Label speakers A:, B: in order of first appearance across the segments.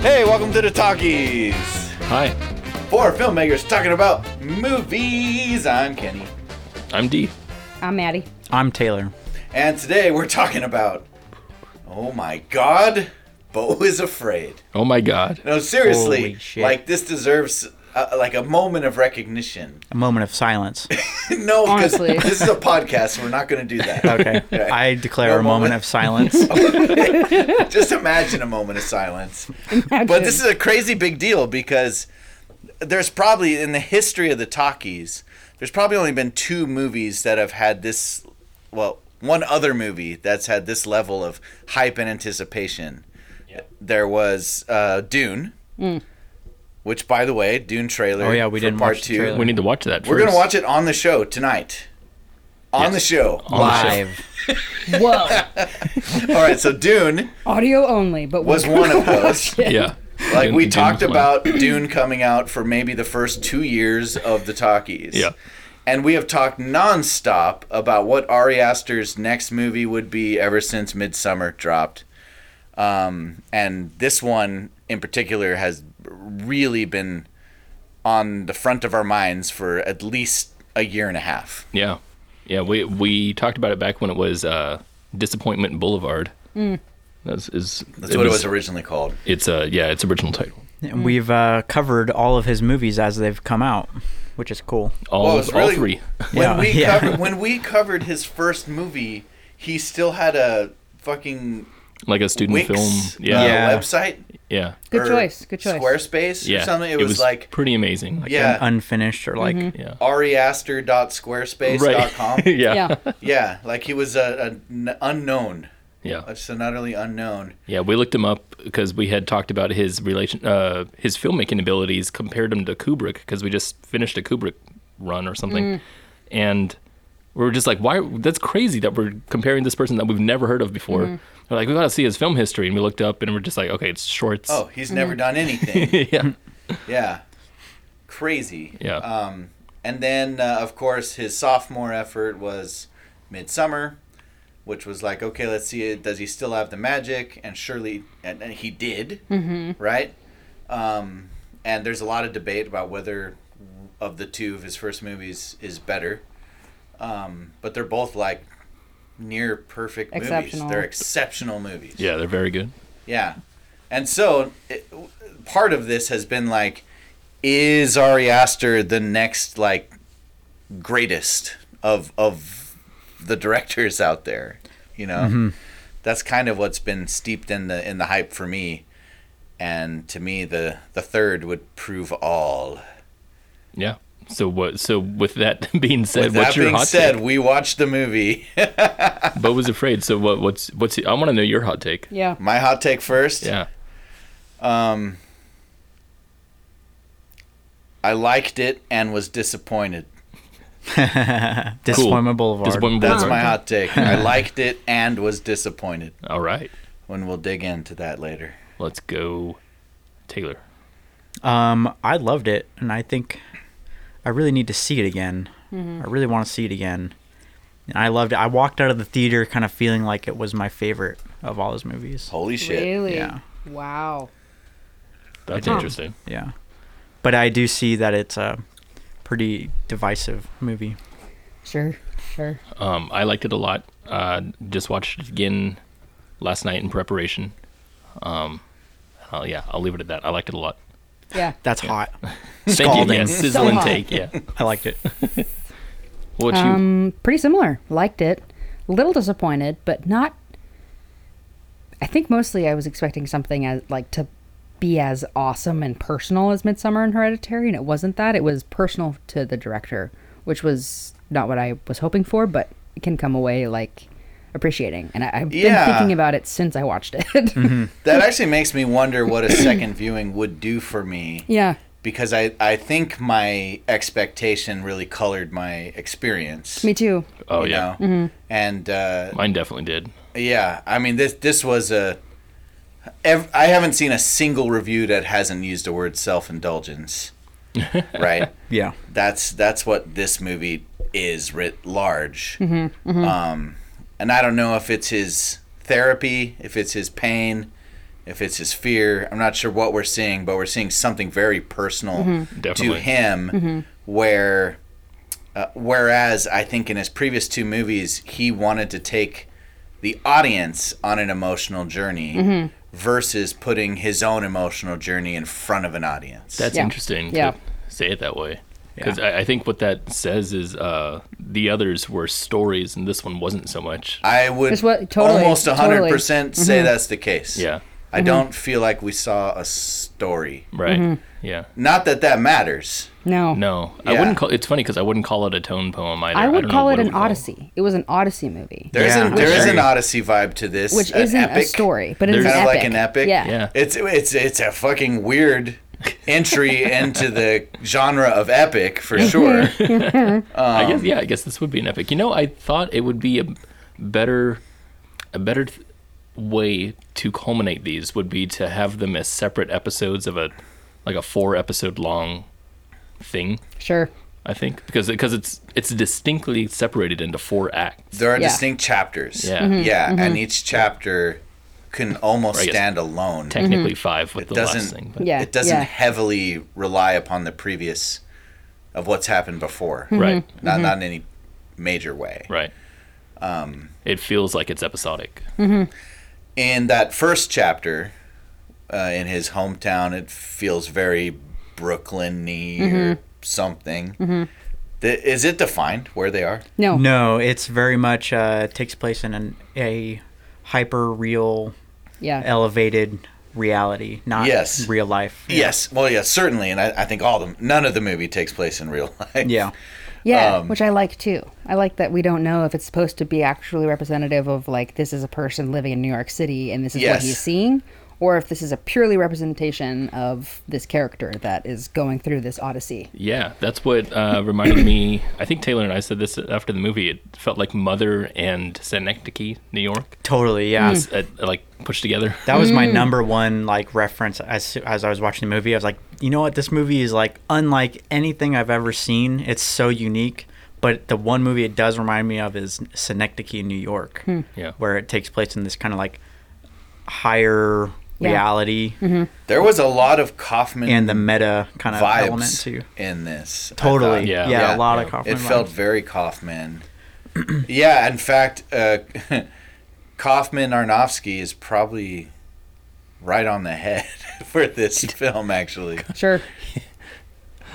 A: Hey, welcome to the Talkies.
B: Hi,
A: Four filmmakers talking about movies. I'm Kenny.
B: I'm D.
C: I'm Maddie.
D: I'm Taylor.
A: And today we're talking about. Oh my god, Bo is afraid.
B: Oh my god.
A: No, seriously.
D: Holy shit.
A: Like, this deserves. Uh, like a moment of recognition.
D: A moment of silence.
A: no, because
C: Honestly.
A: this is a podcast. We're not going to do that.
D: Okay. I declare
A: No
D: a moment
A: moment.
D: of silence.
A: Just imagine a moment of silence. But this is a crazy big deal because there's probably in the history of the talkies, there's probably only been two movies that have had this well, one other movie that's had this level of hype and anticipation. There was uh, Dune. Which by the way, Dune trailer.
D: Oh, yeah, we
A: for
D: didn't
A: part
D: watch the
A: two.
D: trailer.
B: We need to watch that.
A: We're
B: going
A: gonna watch it on the show tonight. On the show. All
D: Live.
C: Whoa.
A: right, so Dune
C: Audio only, but
A: was
C: we're-
A: one of those.
B: Yeah.
A: like we
B: Dune-
A: talked
B: Dune-
A: about Dune coming out for maybe the first two years of the talkies.
B: Yeah.
A: And we have talked nonstop about what Ari Aster's next movie would be ever since Midsummer dropped. Um, and this one in particular has really been on the front of our minds for at least a year and a half.
B: Yeah. Yeah. We we talked about it back when it was uh, Disappointment Boulevard. That's is
A: That's what it was originally called.
B: It's uh yeah its original title.
D: And We've uh, covered all of his movies as they've come out, which is cool.
B: All
A: Well, it's
B: all
A: really-
B: three.
A: When
D: Yeah.
A: we
D: Yeah.
A: covered when we covered his first movie, he still had a fucking
B: Like a student
A: Wix
B: film.
A: uh,
B: Yeah.
D: Yeah.
A: website.
B: Yeah.
C: Good
A: or
C: choice, good choice.
A: Squarespace
B: Yeah.
A: or something. It,
B: it
A: was, like
B: pretty amazing. Like,
A: yeah,
D: Unfinished or like
B: Yeah.
A: ariaster.squarespace.com.
B: Right. yeah.
C: yeah.
B: yeah.
A: yeah, like he was a, a n- unknown,
B: Yeah.
A: so not only unknown.
B: We looked him up because we had talked about his relation, uh, his filmmaking abilities, compared him to Kubrick because we just finished a Kubrick run or something, and we were just like, why? That's crazy that we're comparing this person that we've never heard of before. We're like, we got to see his film history, and we looked up, and we're just like, okay, it's shorts.
A: Oh, he's
C: Mm-hmm.
A: never done anything.
B: yeah.
A: yeah, crazy.
B: Yeah.
A: Um, and then uh, of course his sophomore effort was Midsummer, which was like, okay, let's see, it. does he still have the magic? And surely, and, and he did, mm-hmm. right? Um, and there's a lot of debate about whether of the two of his first movies is better. Um, but they're both like near perfect movies.
C: Exceptional.
A: They're exceptional movies.
B: Yeah, they're very good.
A: Yeah. And so it, part of this has been like, is Ari Aster the next like greatest of of the directors out there? You know,
B: Mm-hmm.
A: that's kind of what's been steeped in the in the hype for me. And to me, the the third would prove all.
B: Yeah. So what? So with that being said,
A: With
B: what's
A: that
B: your
A: being
B: hot
A: said,
B: take?
A: we watched the movie.
B: Bo was afraid. So what? What's what's? I want to know your hot take.
C: Yeah.
A: My hot take first.
B: Yeah.
A: Um, I liked it and was disappointed.
D: Disappointment Boulevard.
B: Disappointment
A: That's
B: Boulevard.
A: my hot take. I liked it and was disappointed.
B: All right.
A: When we'll dig into that later.
B: Let's go, Taylor.
D: Um, I loved it, and I think I really need to see it again. I really want to see it again. And I loved it. I walked out of the theater kind of feeling like it was my favorite of all his movies.
A: Holy shit.
C: Really?
D: Yeah.
C: Wow.
B: That's
C: Huh.
B: interesting.
D: Yeah. But I do see that it's a pretty divisive movie.
C: Sure. Sure.
B: Um, I liked it a lot. Uh, just watched it again last night in preparation. Um, uh, yeah, I'll leave it at that. I liked it a lot.
C: Yeah.
D: That's hot.
B: Thank you.
D: Scalding.
B: Yeah, sizzling
C: hot.
B: take. Yeah.
D: I liked it.
B: What you?
C: Um, pretty similar. Liked it. A little disappointed, but not. I think mostly I was expecting something as like to be as awesome and personal as Midsummer and Hereditary, and it wasn't that. It was personal to the director, which was not what I was hoping for, but it can come away like appreciating. And I, I've
A: Yeah.
C: been thinking about it since I watched it.
A: That actually makes me wonder what a second viewing would do for me.
C: yeah.
A: Because I, I think my expectation really colored my experience.
C: Me Mm-hmm. too.
B: Oh
A: you
B: yeah,
A: know? And uh,
B: mine definitely did.
A: yeah, I mean this this was a. Ev- I haven't seen a single review that hasn't used the word self indulgence. right.
D: Yeah.
A: that's that's what this movie is writ large. Um, and I don't know if it's his therapy, if it's his pain, if it's his fear. I'm not sure what we're seeing, but we're seeing something very personal to
B: Definitely.
A: him. Where, uh, whereas I think in his previous two movies, he wanted to take the audience on an emotional journey versus putting his own emotional journey in front of an audience.
B: That's
C: Yeah.
B: interesting
C: Yeah.
B: to say it that way.
D: Yeah.
B: Because I, I think what that says is uh, the others were stories and this one wasn't so much.
A: I would
C: It's what- totally,
A: almost
C: totally. Mm-hmm.
A: 100% say that's the case.
B: Yeah.
A: I don't feel like we saw a story.
C: Mm-hmm.
B: Right. Yeah.
A: Not that that matters.
C: No.
B: No, I
A: Yeah.
B: wouldn't call. It's funny because I wouldn't call it a tone poem either.
C: I would
B: don't know
C: call
B: what
C: it an
B: would call
C: odyssey. It was an odyssey movie,
A: There's
D: Yeah,
A: an, there
D: I
A: is an
D: agree.
A: Odyssey vibe to this,
C: which
A: an
C: isn't
A: epic,
C: a story, but it's
B: There's-
C: an
A: kind
C: epic.
A: of like an epic.
C: Yeah.
B: Yeah.
A: it's it's it's a fucking weird entry into the genre of epic for sure.
B: I
A: Um,
B: guess yeah. I guess this would be an epic. You know, I thought it would be a better, a better th- way to culminate these would be to have them as separate episodes of a, like a four episode long, thing.
C: Sure.
B: I think because because it's it's distinctly separated into four acts.
A: There are
C: Yeah.
A: distinct chapters.
B: Yeah.
C: Mm-hmm.
B: Mhm,
A: yeah, and each chapter can almost
B: Or I guess
A: stand alone.
B: Technically five with
A: It
B: the last
A: doesn't-
B: thing. But,
C: Yeah.
A: It doesn't
C: yeah.
A: heavily rely upon the previous of what's happened before.
C: Mm-hmm.
B: Right.
A: Not not in any major way.
B: Right. Um, it feels like it's episodic.
A: in that first chapter uh, in his hometown it feels very brooklyn y
C: Mm-hmm.
A: or something Th- is it defined where they are
C: No.
D: No, it's very much uh, takes place in an, a hyper real,
C: Yeah.
B: Um,
D: elevated reality, not
A: Yes.
D: real life.
A: yes well yes certainly and I, I think all the none of the movie takes place in real life
D: Yeah.
C: Yeah,
A: Um,
C: which I like too. I like that we don't know if it's supposed to be actually representative of like this is a person living in New York City and this is what
A: Yes.
C: he's seeing, or if this is a purely representation of this character that is going through this odyssey.
B: Yeah, that's what uh, reminded me. I think Taylor and I said this after the movie. It felt like Mother and Synecdoche, New York,
D: Totally. Yeah.
B: s- uh, like pushed together.
D: That was my number one like reference as as I was watching the movie. I was like, you know what? This movie is like unlike anything I've ever seen. It's so unique. But the one movie it does remind me of is Synecdoche, New York,
B: Yeah.
D: where it takes place in this kind of like higher
C: Yeah.
D: reality
A: there was a lot of kaufman
D: and the meta kind of element
A: vibes
D: too.
A: in this I
D: Totally.
A: thought.
D: Yeah.
B: Yeah.
D: yeah.
B: Yeah.
D: A lot
B: Yeah.
D: of Kaufman.
A: It felt
D: vibes.
A: very Kaufman. yeah, in fact, uh, Kaufman Arnofsky is probably right on the head for this film. Actually,
C: Sure.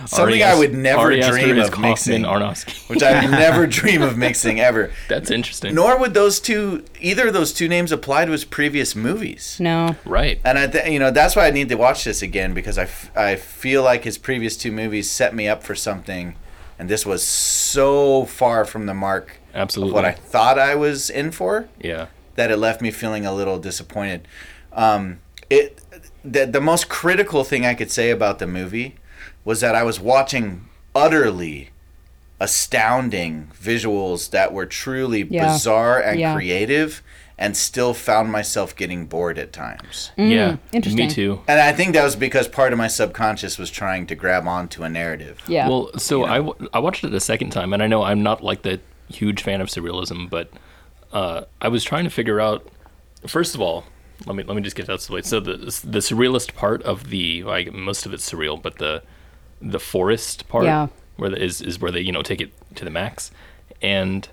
A: something
B: Ari
A: I
B: Aster-
A: would never
B: Ari Aster
A: dream
B: is
A: of
B: Kaufman
A: mixing,
B: Aronofsky.
A: which I would never dream of mixing ever.
B: That's interesting.
A: Nor would those two, either of those two names, apply to his previous movies.
C: No.
B: Right.
A: And I, th- you know, that's why I need to watch this again because I, f- I feel like his previous two movies set me up for something, and this was so far from the mark
B: Absolutely.
A: what I thought I was in for
B: yeah.
A: that it left me feeling a little disappointed. Um, it the, the most critical thing I could say about the movie was that I was watching utterly astounding visuals that were truly
C: Yeah.
A: bizarre and
C: Yeah.
A: creative and still found myself getting bored at times.
B: yeah.
C: Mm, interesting.
B: Me too.
A: And I think that was because part of my subconscious was trying to grab onto a narrative.
C: Yeah.
B: Well, so I, w- I watched it a second time, and I know I'm not like the huge fan of surrealism, but uh, I was trying to figure out. First of all, let me let me just get that out of the way. So the the surrealist part of the like most of it's surreal, but the the forest part
C: Yeah.
B: where the, is is where they you know take it to the max, and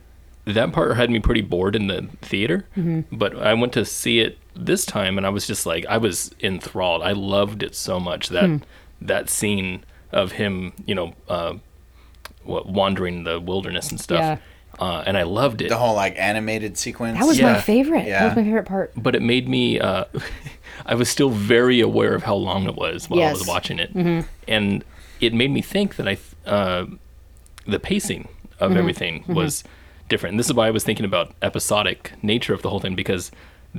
B: that part had me pretty bored in the theater.
C: Mm-hmm.
B: But I went to see it this time, and I was just like I was enthralled. I loved it so much that
C: Hmm.
B: that scene of him you know uh, what wandering the wilderness and stuff.
C: Yeah.
B: Uh, and I loved it.
A: The whole like animated sequence.
C: that was my
B: yeah.
C: favorite. That
A: Yeah.
C: was my favorite part.
B: but it made me uh, i was still very aware of how long it was while i
C: Yes. Mm-hmm.
B: was watching it and it made me think that i th- uh, the pacing of
C: Mm-hmm.
B: everything was different and this is why i was thinking about episodic nature of the whole thing because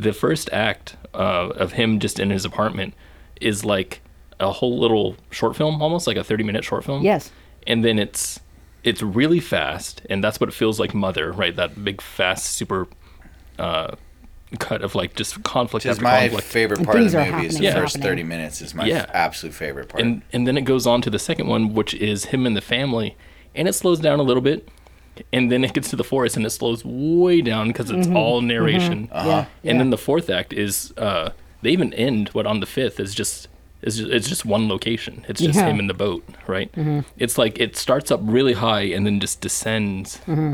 B: the first act uh, of him just in his apartment is like a whole little short film almost like a 30 minute short film
C: Yes.
B: and then it's it's really fast and that's what it feels like mother right that big fast super uh, cut of like just conflict
A: Which is
B: after
A: my
B: conflict
A: favorite
C: And
A: part of
C: things
A: the
C: are
A: movie. Is the
C: happening,
A: first
C: happening.
A: thirty minutes is my
B: Yeah.
A: f- absolute favorite part.
B: and and then it goes on to the second one which is him and the family and it slows down a little bit and then it gets to the forest and it slows way down because it's all narration
C: Mm-hmm. Yeah.
B: and then the fourth act is uh, they even end what on the fifth is just is just, it's just one location. It's just
C: Yeah. Mm-hmm.
B: him in the boat, right? It's like it starts up really high and then just descends.
C: Mm-hmm.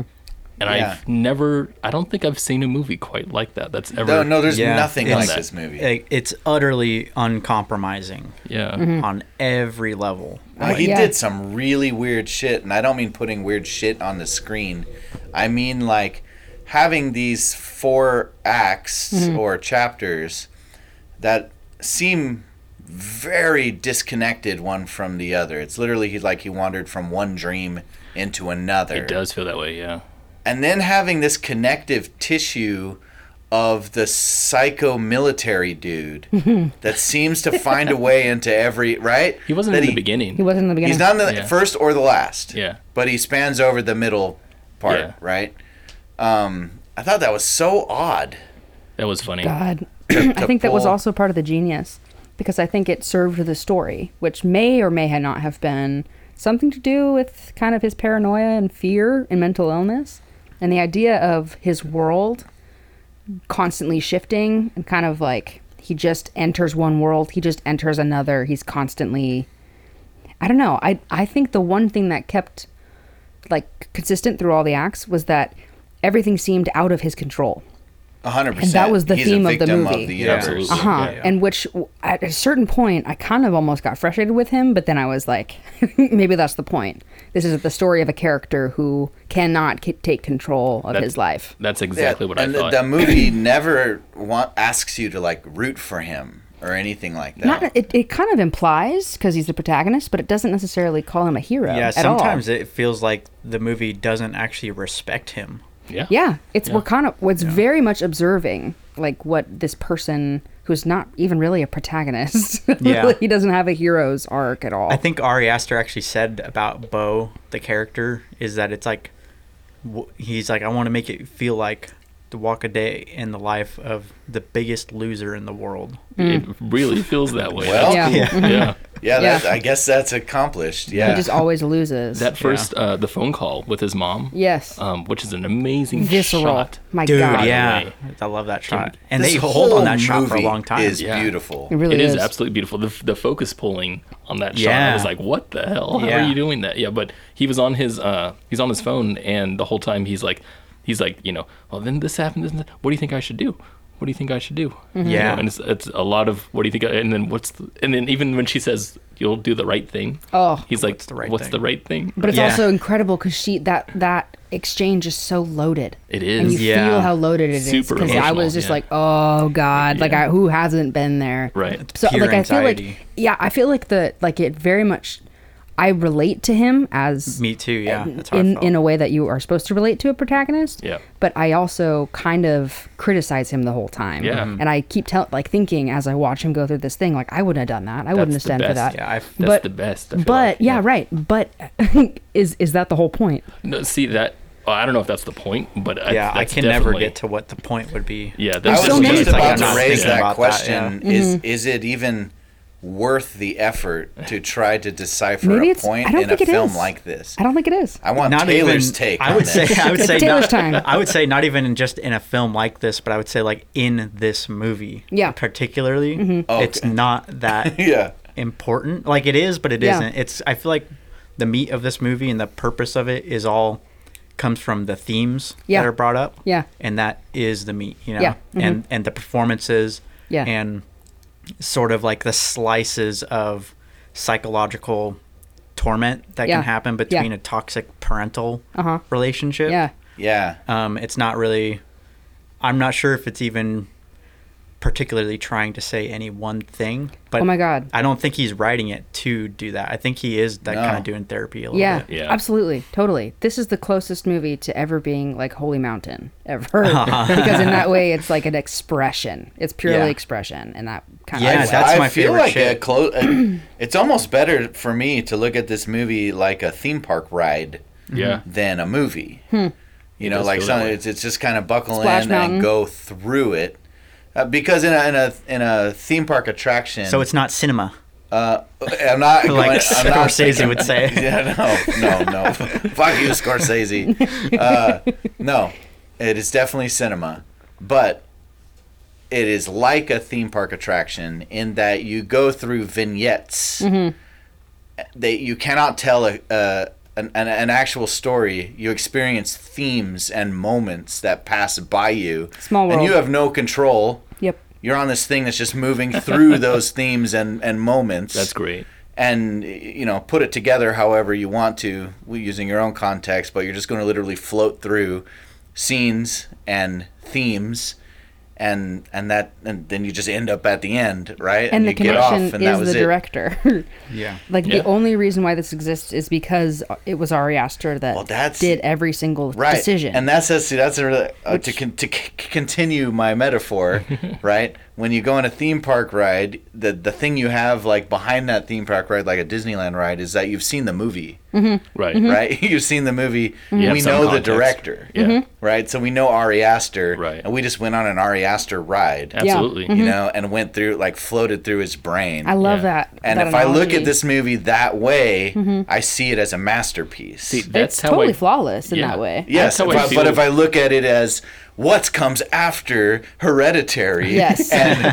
B: And
A: Yeah.
B: I've never, I don't think I've seen a movie quite like that. That's ever,
A: No, no, there's
D: Yeah,
A: nothing
D: it's-
A: like this movie.
D: Like, It's utterly uncompromising
B: yeah,
C: Mm-hmm.
D: on every level.
A: Well, he
C: Yeah.
A: did some really weird shit, and I don't mean putting weird shit on the screen. I mean like having these four acts
C: Mm-hmm.
A: or chapters that seem very disconnected one from the other. It's literally he like he wandered from one dream into another.
B: it does feel that way. Yeah,
A: And then having this connective tissue of the psycho military dude that seems to find a way into every right.
B: he wasn't
A: That
B: in the beginning.
C: He wasn't in the beginning.
A: He's not in the
B: Yeah.
A: first or the last.
B: Yeah.
A: But he spans over the middle part,
B: Yeah.
A: right? Um, I thought that was so odd.
B: That was funny.
C: God. I think that was
A: pull-
C: also part of the genius because I think it served the story, which may or may not have been something to do with kind of his paranoia and fear and mental illness and the idea of his world constantly shifting and kind of like he just enters one world, he just enters another, he's constantly I don't know. I I think the one thing that kept like consistent through all the acts was that everything seemed out of his control.
A: 100%.
C: And that was the
A: He's a
C: theme of the
A: victim
C: movie.
A: Of the
C: Yeah,
A: universe.
B: absolutely.
C: Uh huh.
B: Yeah, yeah.
C: And which w- at a certain point, I kind of almost got frustrated with him, but then I was like, maybe that's the point. This is the story of a character who cannot c- take control of
B: That-
C: his life.
B: That's
A: Yeah,
B: exactly what I
A: and the-
B: thought.
A: the movie never want, asks you to like root for him or anything like that.
C: Not it, it kind of implies because he's the protagonist, but it doesn't necessarily call him a hero.
D: Yeah,
C: at all.
D: sometimes it feels like the movie doesn't actually respect him.
B: yeah,
C: Yeah, it's we're kind of it's very much observing like what this person who's not even really a protagonist.
D: Yeah.
C: he doesn't have a hero's arc at all.
D: I think Ari Aster actually said about Bo, the character, is that it's like w- he's like I want to make it feel like the walk a day in the life of the biggest loser in the world.
C: Mm.
B: It really feels that way.
A: Well,
C: yeah. Mm-hmm.
A: yeah,
B: yeah.
A: that,
C: Yeah.
A: I guess that's accomplished. Yeah.
C: He just always loses.
B: That first, uh, the phone call with his mom.
C: Yes.
B: Um, which is an amazing
C: Visceral.
B: shot.
C: My
D: uh, Dude,
C: God.
D: yeah,
B: Right
D: I love that shot, and
A: This
D: they hold on
A: whole
D: that shot for a
A: movie
D: long time.
A: Is
B: Yeah.
A: beautiful.
C: It really
B: it is,
C: is.
B: absolutely beautiful. The, the focus pulling on that shot, I
D: Yeah.
B: was like, "What the hell? How
D: Yeah.
B: are you doing that?" Yeah, but he was on his uh, he's on his phone, and the whole time he's like, he's like, you know, well, then this happened. This, and that. What do you think I should do? What do you think I should do?
C: Mm-hmm.
B: You
D: Yeah.
B: know, and it's, it's a lot of what do you think? I, and then what's the, and then even when she says you'll do the right thing,
C: Oh.
B: he's like,
D: What's the right
B: what's
D: thing?"
B: the right thing?
C: But it's
D: Yeah.
C: also incredible because she that that exchange is so loaded.
B: It
C: And
B: is
C: you
D: Yeah.
C: feel how loaded it is.
B: Super
C: Because I was
B: emotional,
C: just
B: yeah.
C: like, oh god, like
B: Yeah.
C: I, who hasn't been there?
B: right.
C: So
D: Pure
C: like I feel like
D: anxiety.
C: yeah, I feel like the like it very much. I relate to him as
D: Me too. Yeah, that's how I
C: in
D: felt.
C: in a way that you are supposed to relate to a protagonist.
B: Yeah.
C: But I also kind of criticize him the whole time.
B: Yeah. Mhm.
C: And I keep tell like thinking as I watch him go through this thing, like I wouldn't have done that. I wouldn't have
B: That's the
C: stand for
B: best.
C: that.
D: yeah, I,
B: That's
C: but-
B: the best. I feel
C: But
B: like.
C: yeah, right. But is is that the whole point?
B: No, see that. Well, I don't know if that's the point, but
D: yeah, I
B: that's
D: can never
B: definitely-
D: get to what the point would be.
B: Yeah,
A: I
B: that's
A: was
C: so many
A: just
C: people
A: about
D: not
A: to raise
D: thinking
A: that
D: about that,
A: question. Is
C: Mm-hmm.
A: is it even worth the effort to try to decipher
C: Maybe
A: a
C: it's- I
A: point
C: don't
A: in a
C: think it
A: film
C: is.
A: like this?
C: I don't think it is.
A: I want Taylor's take.
D: I would
A: on
D: say.
A: this.
D: I would
C: It's
D: say.
C: Taylor's
D: not,
C: time.
D: I would say not even in just in a film like this, but I would say like in this movie.
C: Yeah. Mm-hmm.
D: Particularly, it's
A: Oh, Okay.
D: not that
A: yeah.
D: important. Like it is, but it
C: Yeah.
D: not It's. I feel like the meat of this movie and the purpose of it is all comes from the themes
C: Yeah.
D: that are brought up.
C: Yeah.
D: And that is the meat, you know.
C: Yeah, mhm.
D: And and the performances.
C: Yeah.
D: And sort of like the slices of psychological torment that
C: Yeah.
D: can happen
C: Yeah.
D: between a toxic parental
C: Uh-huh.
D: relationship.
C: Yeah.
A: Yeah.
D: Um, it's not really. I'm not sure if it's even particularly trying to say any one thing. But
C: Oh my God.
D: I don't think he's writing it to do that. I think he is that
A: No.
D: kind of doing therapy a little
C: Yeah,
D: bit.
B: Yeah.
C: absolutely, totally. This is the closest movie to ever being like Holy Mountain ever, because in that way it's like an expression. It's purely
D: Yeah.
C: expression, and that kind
D: Yeah,
C: of.
D: that's
A: I
D: my
A: feel
D: favorite
A: like
D: shit.
A: A clo- a- it's almost better for me to look at this movie like a theme park ride
B: Yeah.
D: Mm-hmm.
A: than a movie. You know,
B: does
A: like
B: feel
A: some,
B: that way.
A: it's, it's just kind of buckle
C: Hmm. Splash
A: in
C: Mountain.
A: and go through it. Uh, because in a, in a in a theme park attraction,
D: So it's not cinema,
A: uh, I'm not going,
D: like
A: I'm not
D: Scorsese would say.
A: yeah, no, no, no. Fuck you, Scorsese. Uh, no, it is definitely cinema, but it is like a theme park attraction in that you go through vignettes
C: Mm-hmm.
A: that you cannot tell a, a an, an, an actual story. You experience themes and moments that pass by you,
C: Small
A: and you
C: world.
A: have no control.
C: Yep.
A: You're on this thing that's just moving through those themes and, and moments.
B: That's great.
A: And you know, put it together however you want to, using your own context. But you're just going to literally float through scenes and themes, and and that, and then you just end up at the end, right?
C: And,
A: you
C: the connection is the
A: it.
C: director.
D: Yeah.
C: like
B: Yeah.
C: the only reason why this exists is because it was Ari Aster that
A: Well, that's-
C: did every single
A: right.
C: decision.
A: And that's that's that's a, really- uh, to
C: Which-
A: con- to c- continue my metaphor, right? When you go on a theme park ride, the the thing you have like behind that theme park ride, like a Disneyland ride, is that you've seen the movie,
B: Right.
C: Mm-hmm.
A: right? You've seen the movie.
B: Mm-hmm. You have
A: We
B: some
A: know
B: context.
A: the director,
B: Yeah. Mm-hmm.
A: right? So we know Ari Aster,
B: Right.
A: And we just went on an Ari Aster ride,
B: Absolutely.
C: Mm-hmm.
B: Mm-hmm.
A: you know, and went through like floated through his brain.
C: I love
B: Yeah.
C: that.
A: and
C: that
A: if I look
C: analogy.
A: at this movie that way,
B: Mm-hmm.
A: I see it as a masterpiece.
B: That's
C: it's
B: how
C: totally
B: I,
C: flawless in
B: Yeah.
C: that way.
A: Yes,
B: That's how
A: if
B: I
A: I-
B: feel.
A: but if I look at it as what comes after Hereditary
C: Yes.
A: and,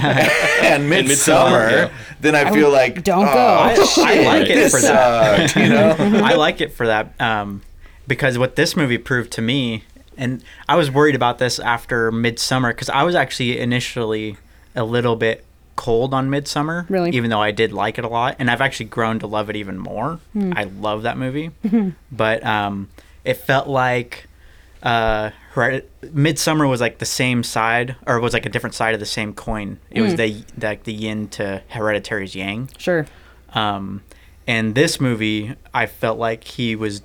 A: and Midsummer,
B: Midsommar, yeah.
A: then I feel like
C: don't
A: "Oh,
C: go." I- I
A: shit,
D: like it
A: this
D: for that."
A: sucked," you know,
D: I like it for that um, because what this movie proved to me, and I was worried about this after Midsummer because I was actually initially a little bit cold on Midsummer,
C: Really?
D: even though I did like it a lot, and I've actually grown to love it even more. I love that movie, but um, it felt like uh, her- Midsummer was like the same side, or was like a different side of the same coin. It was the like the yin to Hereditary's yang.
C: Sure.
D: Um, and this movie, I felt like he was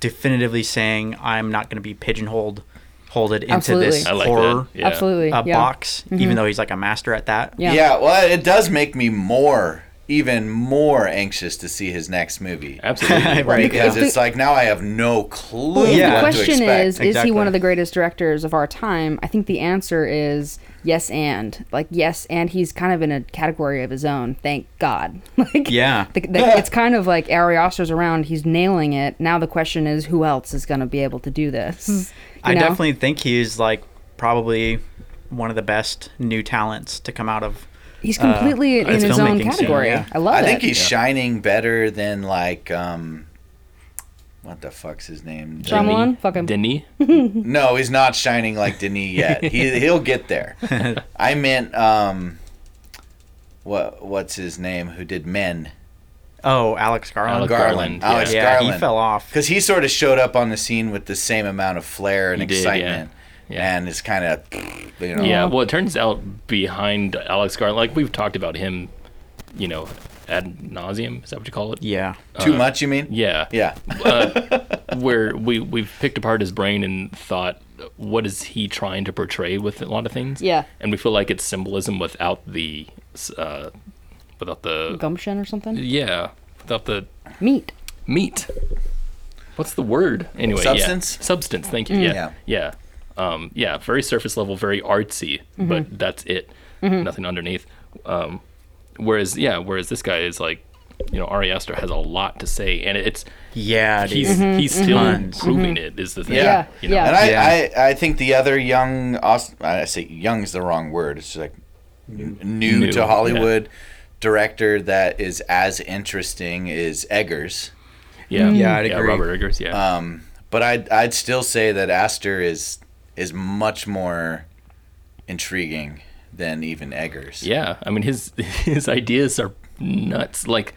D: definitively saying, "I'm not going to be pigeonholed, holded into this
C: Absolutely. I
B: like
D: horror
B: that. Yeah.
C: Absolutely.
D: uh,
C: yeah. Mm-hmm.
D: box." Even though he's like a master at that.
C: Yeah.
A: yeah. Well, it does make me more, even more anxious to see his next movie
B: Absolutely.
C: Well, the-
A: because
C: if the-
A: it's like now I have no clue
C: Well,
D: Yeah.
C: the
A: what to
C: question
A: expect.
C: is, is he one
D: exactly.
C: of the greatest directors of our time? I think the answer is yes and. Like yes and he's kind of in a category of his own, thank God. Like
D: Yeah.
C: the, the, it's kind of like Ari Aster's around, he's nailing it. Now the question is who else is going to be able to do this? You
D: I
C: know?
D: definitely think he's like probably one of the best new talents to come out of.
C: He's completely in
D: uh, it's
C: his own
D: filmmaking scene,
C: category.
D: yeah.
C: I love
A: I
C: it.
A: think he's shining better than like um, what the fuck's his name?
C: Shyamalan? Fuck him.
B: Denny.
A: No, he's not shining like Denis yet. He he'll get there. I meant um, what what's his name? Who did Men?
D: Oh, Alex Garland.
B: Alec
A: Garland.
B: Garland,
A: Alex
D: yeah,
A: Garland.
D: he fell off.
A: because he sort of showed up on the scene with the same amount of flair and
B: He did, yeah.
A: excitement,
B: Yeah.
A: and it's kind of you know.
B: Yeah, well, it turns out behind Alex Garland, like we've talked about him, you know, ad nauseum. Is that what you call it?
D: Yeah.
A: Too much, you mean?
B: uh, Yeah.
A: Yeah.
B: Where we we've picked apart his brain and thought, what is he trying to portray with a lot of things?
C: Yeah.
B: And we feel like it's symbolism without the, uh, without the
C: Gumption or something?
B: yeah, without the
C: Meat.
B: meat. What's the word? Anyway, yeah.
A: Substance?
B: Substance. Thank you. Yeah. Yeah. Um, yeah. Very surface level, very artsy, but that's it. Nothing underneath. Um, whereas, yeah. Whereas this guy is like, you know, Ari Aster has a lot to say, and it's
D: Yeah. Dude.
B: he's he's still
D: Tons.
B: proving it is the thing.
A: Yeah.
B: You know?
C: Yeah.
A: And I,
D: Mm-hmm, Yeah.
A: I, I think the other young, Aus- I say young's the wrong word. It's just like n- new,
B: New,
A: to Hollywood director that is as interesting is Eggers.
B: Yeah.
D: Yeah, I'd agree. Uh,
B: Robert Eggers. Yeah.
A: But I'd I'd still say that Astor is is much more intriguing than even Eggers.
B: yeah. I mean, his his ideas are nuts. Like,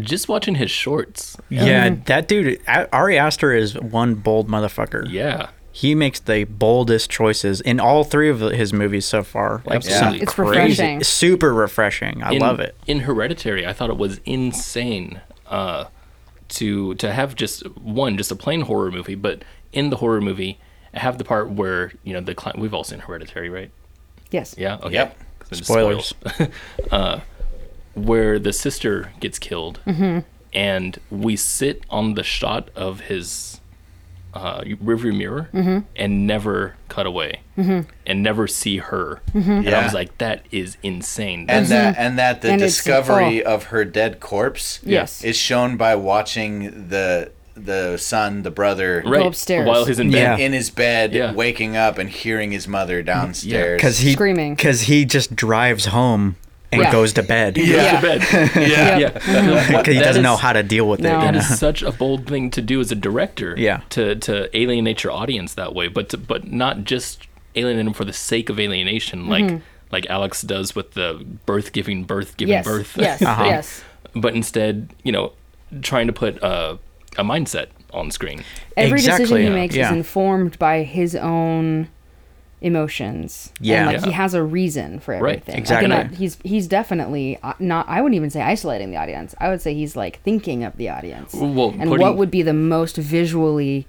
B: just watching his shorts.
D: yeah, that dude A- Ari Aster is one bold motherfucker.
B: Yeah.
D: he makes the boldest choices in all three of his movies so far. Like
B: Absolutely.
D: some
C: It's
D: crazy,
C: refreshing.
D: super refreshing. I
B: in-
D: love it.
B: In Hereditary, I thought it was insane uh, to to have just one, just a plain horror movie, but in the horror movie, have the part where you know the cli we've all seen Hereditary, right?
C: Yes.
B: Yeah. Okay.
A: Yep.
B: 'Cause I just
D: Spoilers.
B: spoiled. uh, where the sister gets killed, and we sit on the shot of his uh, rearview mirror and never cut away and never see her. And I
A: Yeah.
B: was like, that is insane.
A: And that and that the
C: Mm-hmm. And it's-
A: discovery of her dead corpse
C: Yes.
A: is shown by watching the the son, the brother,
B: Right.
C: upstairs.
B: While he's in
D: Yeah.
B: bed.
A: in his bed,
B: Yeah.
A: waking up and hearing his mother downstairs.
D: because he
C: Screaming.
D: because he just drives home and
C: Yeah.
D: goes to bed because
A: Yeah.
B: To bed. yeah.
C: Yep.
D: he
B: That
D: doesn't know
B: is-
D: how to deal with it.
C: No.
D: you
B: That
D: know?
B: is such a bold thing to do as a director.
D: Yeah.
B: To to alienate your audience that way, but to, but not just alienate them for the sake of alienation, like like Alex does with the birth giving, birth giving birth.
C: Mm-hmm. yes, yes,
D: Uh-huh.
C: yes.
B: but instead, you know, trying to put uh, a mindset on screen.
C: Every decision
D: Exactly.
C: he
D: Yeah.
C: makes is
D: Yeah.
C: informed by his own emotions. And,
D: Yeah.
C: like he
B: Yeah.
C: has a reason for
B: Right,
C: everything. Like,
D: exactly.
C: you're not- he's he's definitely uh, not. I wouldn't even say isolating the audience. I would say he's like thinking of the audience
B: Well,
C: and
B: putting-
C: what would be the most visually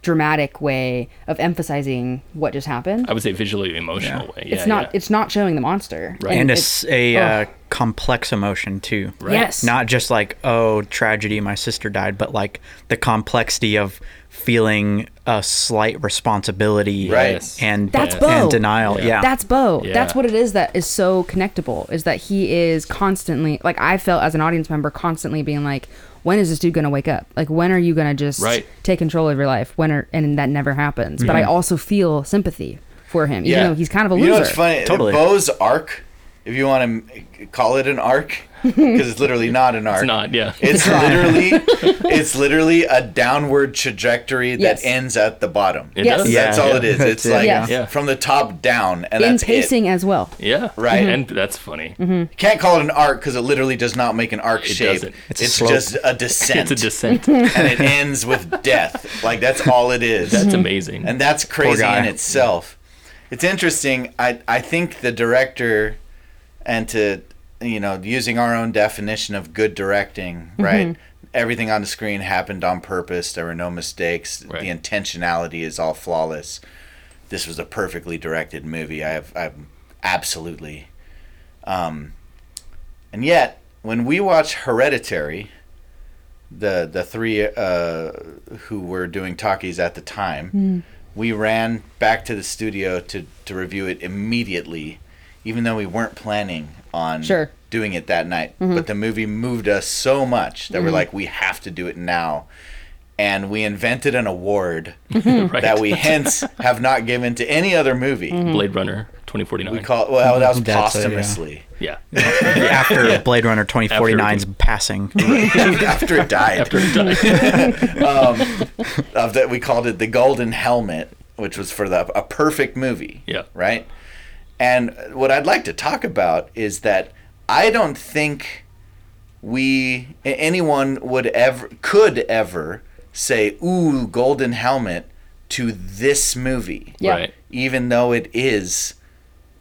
C: dramatic way of emphasizing what just happened.
D: Oh,
B: I would say visually emotional way. Yeah,
C: it's not.
B: yeah.
C: It's not showing the monster.
B: Right.
D: and a,
C: it's-
D: s- a uh, complex emotion too.
C: Yes.
D: Not just like oh tragedy, my sister died, but like the complexity of feeling a slight responsibility
A: Right.
B: Yes.
D: and
C: That's Bo.
D: and denial. Yeah.
C: That's Bo.
B: Yeah.
C: That's what it is that is so connectable is that he is constantly like I felt as an audience member constantly being like, when is this dude gonna wake up? Like when are you gonna just
B: Right.
C: take control of your life? When are and that never happens. But I also feel sympathy for him, even though he's kind of a
A: Mm-hmm.
C: loser.
A: You know what's funny?
D: Totally.
A: Bo's arc, if you want to call it an arc, because it's literally not an arc.
B: It's not. Yeah.
A: It's literally, it's literally a downward trajectory that
C: Yes.
A: ends at the bottom.
B: It
C: Yes.
B: does.
A: That's all it is. It's
D: That's it,
A: like
C: yeah.
B: Yeah.
A: from the top down, and
C: In
A: that's
C: pacing as well.
B: Yeah.
A: Right.
C: Mm-hmm.
A: Mhm.
B: And that's funny.
A: it. Can't call it an arc because it literally does not make an arc shape.
B: doesn't.
A: It's,
D: It's a slope.
A: just a descent,
B: It's a descent.
C: Mm-hmm.
A: and it ends with death. Like that's all it is.
B: That's amazing.
A: and that's crazy
D: guy.
A: in itself. It's interesting. I I think the director, and to you know, using our own definition of good directing, right? Everything on the screen happened on purpose. There were no mistakes.
B: Right.
A: The intentionality is all flawless. This was a perfectly directed movie. I have I absolutely, um, and yet when we watch Hereditary, the the three uh, who were doing talkies at the time, we ran back to the studio to to review it immediately, even though we weren't planning on
C: Sure.
A: doing it that night. But the movie moved us so much that we're like, we have to do it now. And we invented an award
B: Right. Mm-hmm.
A: that we hence have not given to any other movie.
B: Blade Runner 2049.
A: We call it, well, that was
D: That's it, yeah.
A: posthumously
B: yeah.
D: After Blade Runner 2049's passing.
A: after it died. Um,
B: After it died.
A: of that we called it the golden helmet which was for the a perfect movie
B: Yeah.
A: right and what i'd like to talk about is that i don't think we a- anyone would ever could ever say ooh golden helmet to this movie
C: Yeah.
B: Right.
A: even though it is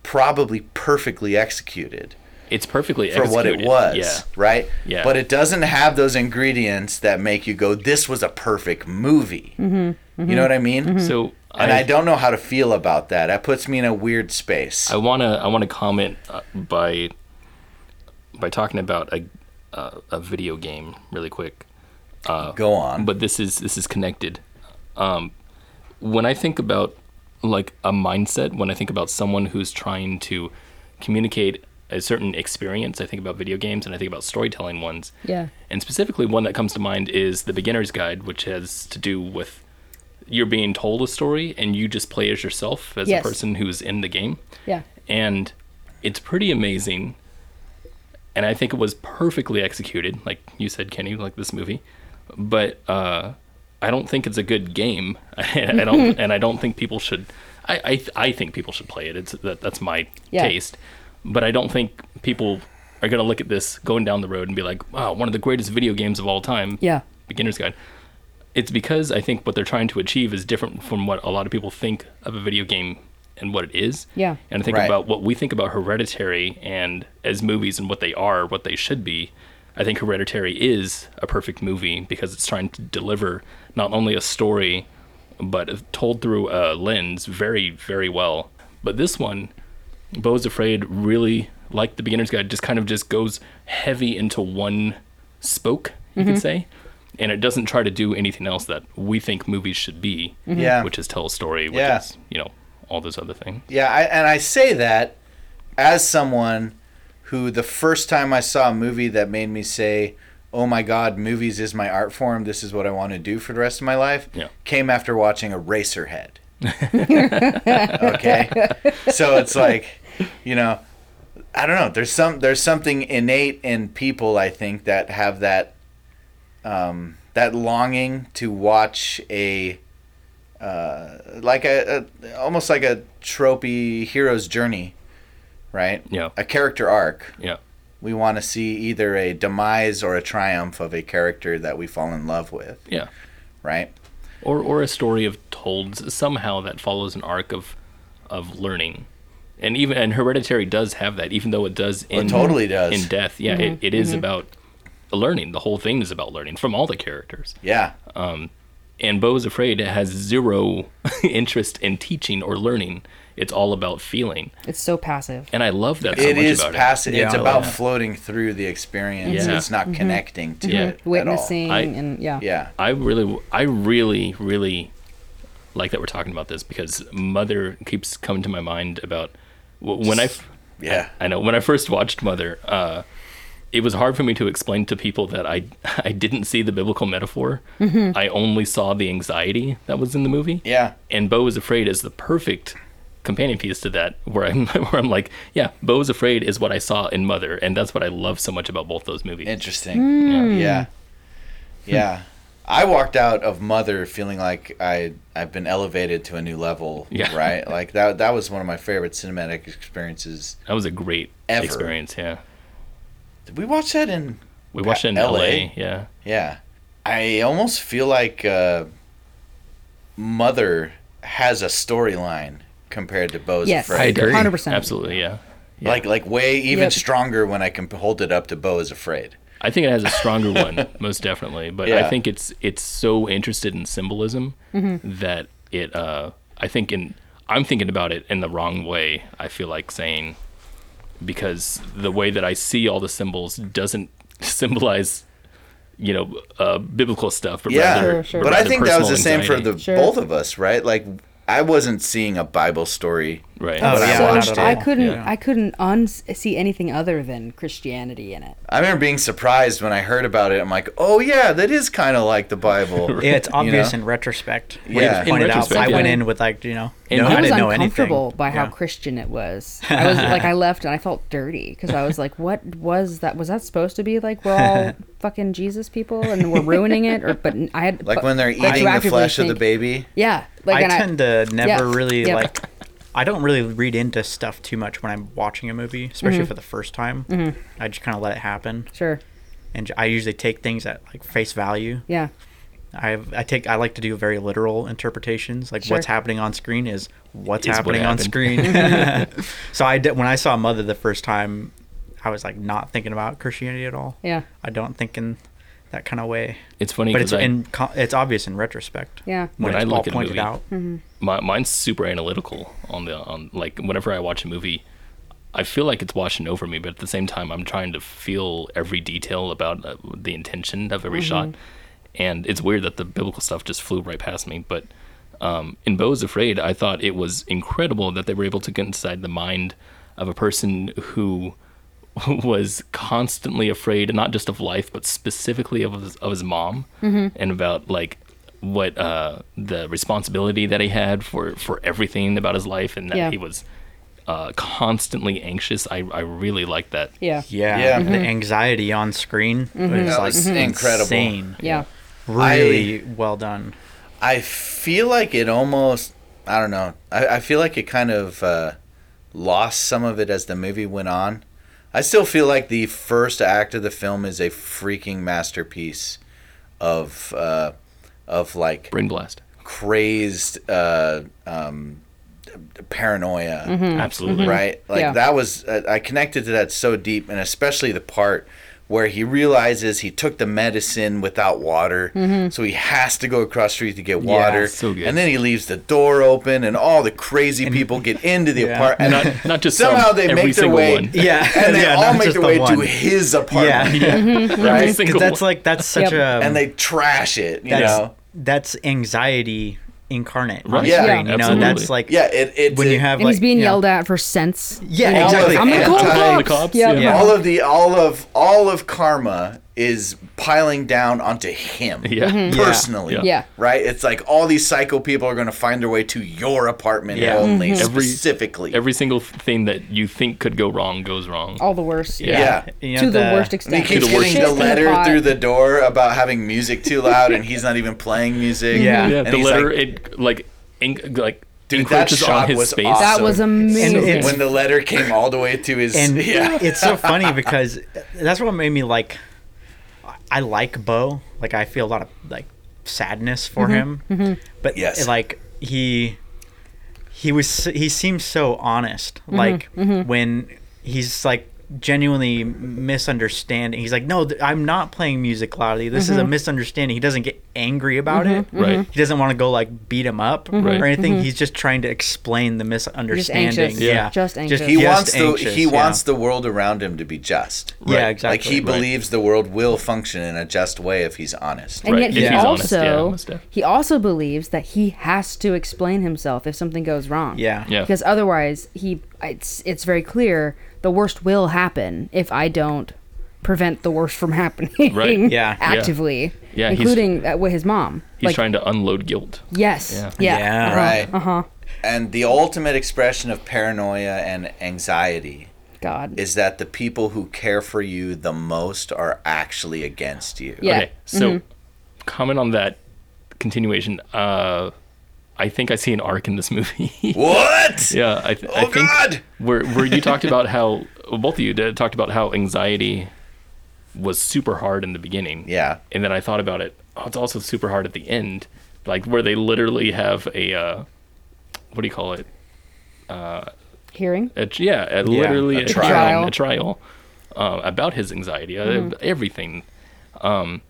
A: probably perfectly executed
B: It's perfectly
A: for what it
B: executed.
A: was,
B: Yeah.
A: right?
B: Yeah.
A: But it doesn't have those ingredients that make you go, "This was a perfect movie." You know what I mean?
B: So
A: Hmm. And I, don't know how to feel about that. That puts me in a weird space.
B: I wanna I wanna comment uh, by by talking about a uh, a video game really quick.
A: go on.
B: Oh, but this is this is connected. Um, when I think about like a mindset, when I think about someone who's trying to communicate a certain experience, I think about video games and I think about storytelling ones.
C: Yeah.
B: And specifically, one that comes to mind is the Beginner's Guide, which has to do with you're being told a story and you just play as yourself as
C: Yes.
B: a person who's in the game
C: Yeah.
B: and it's pretty amazing and i think it was perfectly executed like you said kenny like this movie but uh i don't think it's a good game i don't and i don't think people should i i, I think people should play it it's that, that's my
C: Yeah.
B: taste but i don't think people are going to look at this going down the road and be like wow one of the greatest video games of all time
C: Yeah.
B: beginner's guide it's because i think what they're trying to achieve is different from what a lot of people think of a video game and what it is
C: Yeah.
B: and I think
A: Right.
B: about what we think about Hereditary and as movies and what they are, what they should be. I think Hereditary is a perfect movie because it's trying to deliver not only a story, but told through a lens very, very well. But this one, Bo's Afraid really, like the beginner's guide, just kind of just goes heavy into one spoke, you could say. And it doesn't try to do anything else that we think movies should be,
A: Yeah.
B: which is tell a story, which
A: Yeah.
B: is, you know, all those other things.
A: Yeah, I, and I say that as someone who the first time I saw a movie that made me say, oh my god, movies is my art form. This is what I want to do for the rest of my life.
B: Yeah.
A: Came after watching Eraserhead. okay, so it's like, you know, I don't know. There's some there's something innate in people I think that have that um, that longing to watch a uh, like a, a almost like a tropey hero's journey, right?
B: Yeah.
A: A character arc.
B: Yeah.
A: We want to see either a demise or a triumph of a character that we fall in love with,
B: Yeah.
A: right?
B: or or a story of told somehow that follows an arc of of learning and even and hereditary does have that even though it does
A: it
B: end
A: totally does.
B: in death yeah it, it is about learning the whole thing is about learning from all the characters
A: Yeah.
B: and Bo is afraid has zero interest in teaching or learning it's all about feeling
C: It's so passive.
B: and i love that so
A: it
B: much
A: is
B: about
A: passive. It's
D: Yeah.
A: about floating through the experience.
B: Yeah.
A: It's not connecting to
B: Yeah.
A: it
C: Witnessing
B: I-
C: and yeah.
A: at all. Yeah.
B: it i really i really really like that we're talking about this because mother keeps coming to my mind about w- when i f-
A: Yeah.
B: I know. When I first watched Mother, uh, it was hard for me to explain to people that I I didn't see the biblical metaphor.
A: Mm-hmm.
B: I only saw the anxiety that was in the movie.
A: Yeah.
B: And Bo is afraid is the perfect companion piece to that, where I'm where I'm like, yeah, Bo is afraid is what I saw in Mother, and that's what I love so much about both those movies.
A: Interesting.
D: Hmm.
B: Yeah.
A: Yeah. Yeah. I walked out of Mother feeling like I I've been elevated to a new level.
B: Yeah.
A: Right. Like that that was one of my favorite cinematic experiences.
B: That was a great
A: Ever.
B: experience. Yeah,
A: Did we watch that in
B: we watched it in
A: LA?
B: LA. Yeah,
A: Yeah. I almost feel like uh, Mother has a storyline compared to Bo's
C: Yes.
A: Afraid.
D: I agree.
C: 100%.
B: absolutely. Yeah. Yeah.
A: Like like way even
C: Yep.
A: stronger when I can hold it up to Bo is Afraid.
B: I think it has a stronger one, most definitely. But
A: Yeah.
B: I think it's it's so interested in symbolism
D: Mm-hmm.
B: that it. Uh, I think in I'm thinking about it in the wrong way. I feel like saying because the way that I see all the symbols doesn't symbolize, you know, uh, biblical stuff. But
A: Yeah,
B: rather,
C: Sure, sure.
A: but I
B: rather
A: think that was the
B: personal
A: same for
B: anxiety.
A: the
C: Sure.
A: both of us, right? Like I wasn't seeing a Bible story.
B: right.
D: Oh,
A: But I
D: yeah,
C: so
D: not at
C: I
D: all.
C: couldn't
B: Yeah.
C: I couldn't un- see anything other than Christianity in it.
A: I remember being surprised when I heard about it. I'm like, oh yeah, that is kind of like the Bible.
D: Yeah, it's obvious
A: know?
D: in retrospect.
A: Yeah.
D: Yeah,
A: In
D: you pointed out.
B: retrospect,
D: I went
B: yeah.
D: in with like you know,
B: And
D: no,
B: he
D: Oh, I
C: I was
D: didn't know anything.
C: uncomfortable by how
D: Yeah.
C: Christian it was. I was like, I left and I felt dirty because I was like, what was that? Was that supposed to be like we're all fucking Jesus people and we're ruining it? Or but I had
A: like
C: but
A: when they're eating the
C: retroactively
A: flesh of the
C: think-
A: baby.
C: Yeah, like and
D: I tend to never
C: yeah,
D: really
C: yeah.
D: like. I don't really read into stuff too much when I'm watching a movie, especially
C: Mm-hmm.
D: for the first time. I just kind of let it happen,
C: sure,
D: and j- I usually take things at like face value.
C: yeah,
D: I have, I take I like to do very literal interpretations. Like what's
C: Sure.
D: happening on screen is what's
B: Is what
D: happening on
B: happened.
D: screen. so I did, when I saw Mother the first time, I was like not thinking about Christianity at all.
C: yeah,
D: I don't think in that kind of way.
B: It's funny
D: but it's
B: because I,
D: in co- it's obvious in retrospect.
C: yeah.
D: When,
B: When I
D: it's all
B: look at a
D: pointed
B: movie-
D: out.
B: my, mine's super analytical on the on like whenever I watch a movie, I feel like it's washing over me, but at the same time, I'm trying to feel every detail about uh, the intention of every shot. And it's weird that the biblical stuff just flew right past me. But um, in Bo's Afraid, I thought it was incredible that they were able to get inside the mind of a person who was constantly afraid, not just of life, but specifically of his, of his mom,
C: Mm-hmm.
B: and about like what uh, the responsibility that he had for for everything about his life, and that
C: Yeah.
B: he was uh, constantly anxious. I I really like that.
C: Yeah. Mm-hmm.
D: Yeah,
A: Yeah.
D: the anxiety on screen was
A: That
D: like
A: was incredible.
D: insane.
C: Yeah.
D: Really well done.
A: I feel like it almost. I don't know. I, I feel like it kind of uh, lost some of it as the movie went on. I still feel like the first act of the film is a freaking masterpiece of uh, of like
B: Brain blast.
A: crazed uh, um, paranoia,
C: Mm-hmm.
B: Absolutely.
A: right? Like
C: Yeah.
A: that was uh, I connected to that so deep, and especially the part where he realizes he took the medicine without water, so he has to go across the street to get water,
B: so good.
A: and then he leaves the door open, and all the crazy people get into the
D: Yeah.
A: apartment.
B: Not not just
A: Somehow
B: some,
A: they
B: every
A: make their
B: single
A: way,
B: one.
D: Yeah,
A: and they
D: yeah,
A: all
D: not
A: make
D: just
A: their
D: the
A: way to
D: one.
A: his
D: Yeah,
A: apartment,
D: yeah.
B: Every
A: right?
B: single
D: that's
B: one.
D: like that's
C: Yep.
D: such a
A: And they trash it, you
D: that's,
A: know.
D: that's anxiety incarnate. on
B: Right.
A: Yeah.
D: screen, you know,
B: Absolutely.
D: that's like
A: Yeah, it, it's
D: when you
A: it-
D: have
C: And
D: like,
C: he's being
D: you know-
C: yelled at for sense.
D: Yeah,
A: And all
D: exactly.
A: the
C: I'm gonna
A: Yeah.
C: call the
A: Yeah.
C: cops.
B: The cops, yeah.
A: all of the all of all of karma is piling down onto him
B: Yeah. Mhm.
D: Yeah.
A: personally.
B: Yeah.
C: Mm-hmm. Yeah.
A: Right? It's like all these psycho people are going to find their way to your apartment
D: Yeah.
A: only,
C: Mm-hmm.
B: Every-
A: specifically.
B: Every single thing that you think could go wrong goes wrong.
A: Oh,
C: All the worst.
A: yeah.
D: You know,
C: To the, worst
A: And he
C: extent.
A: keeps
B: To the worst
A: getting the
C: Shit in
A: letter
C: pot.
A: through the door about having music too loud, and he's not even playing music.
D: Yeah.
B: Yeah,
A: and
B: the
A: he's
B: letter
A: like,
B: it like in, like
A: Dude,
B: encroaches
A: that shot
B: on his
A: was
B: space.
A: awesome.
C: That was amazing.
D: And it's-
A: when the letter came all the way to his.
D: and
A: yeah.
D: it's so funny because that's what made me like I like Bo. Like I feel a lot of like sadness for him. But
A: Yes.
D: like he he was he seems so honest. Like when he's like genuinely misunderstanding. He's like, "No, th- I'm not playing music loudly. This is a misunderstanding." He doesn't get angry about it.
B: Right.
D: He doesn't want to go like beat him up
B: Right.
D: or anything. He's just trying to explain the misunderstanding.
C: anxious.
D: Yeah.
C: Just anxious.
A: he
D: just
A: wants the
D: anxious,
A: he
D: yeah.
A: wants the world around him to be just.
D: Yeah,
B: Right.
D: exactly.
A: Like he
B: Right.
A: believes the world will function in a just way if he's honest.
C: And
B: Right,
C: yet
B: if
C: he
B: he's honest, yeah,
C: also
B: most definitely.
C: he also believes that he has to explain himself if something goes wrong.
D: Yeah.
B: Yeah.
C: Because otherwise, he it's it's very clear the worst will happen if I don't prevent the worst from happening.
B: Right,
D: yeah, yeah.
C: Actively.
B: Yeah, he's-
C: Including uh, with his mom.
B: He's
C: like,
B: trying to unload guilt.
C: Yes.
B: Yeah.
C: Yeah.
D: Yeah.
C: uh-huh,
A: Right.
C: Uh-huh.
A: And the ultimate expression of paranoia and anxiety
C: God.
A: is that the people who care for you the most are actually against you.
C: Yeah.
B: Okay, so
A: Mm-hmm.
B: comment on that continuation. Uh, I think I see an arc in this movie.
A: What?
B: yeah, I, th- I
A: Oh,
B: think
A: God!
B: where where you talked about how well, both of you did, talked about how anxiety was super hard in the beginning.
A: Yeah.
B: and then I thought about it. Oh, it's also super hard at the end, like where they literally have a uh, what do you call it?
C: Hearing?
B: a, tr- yeah, a, literally
A: a
B: a,
A: trial.
B: trial, a trial uh, about his anxiety, uh, everything. Um,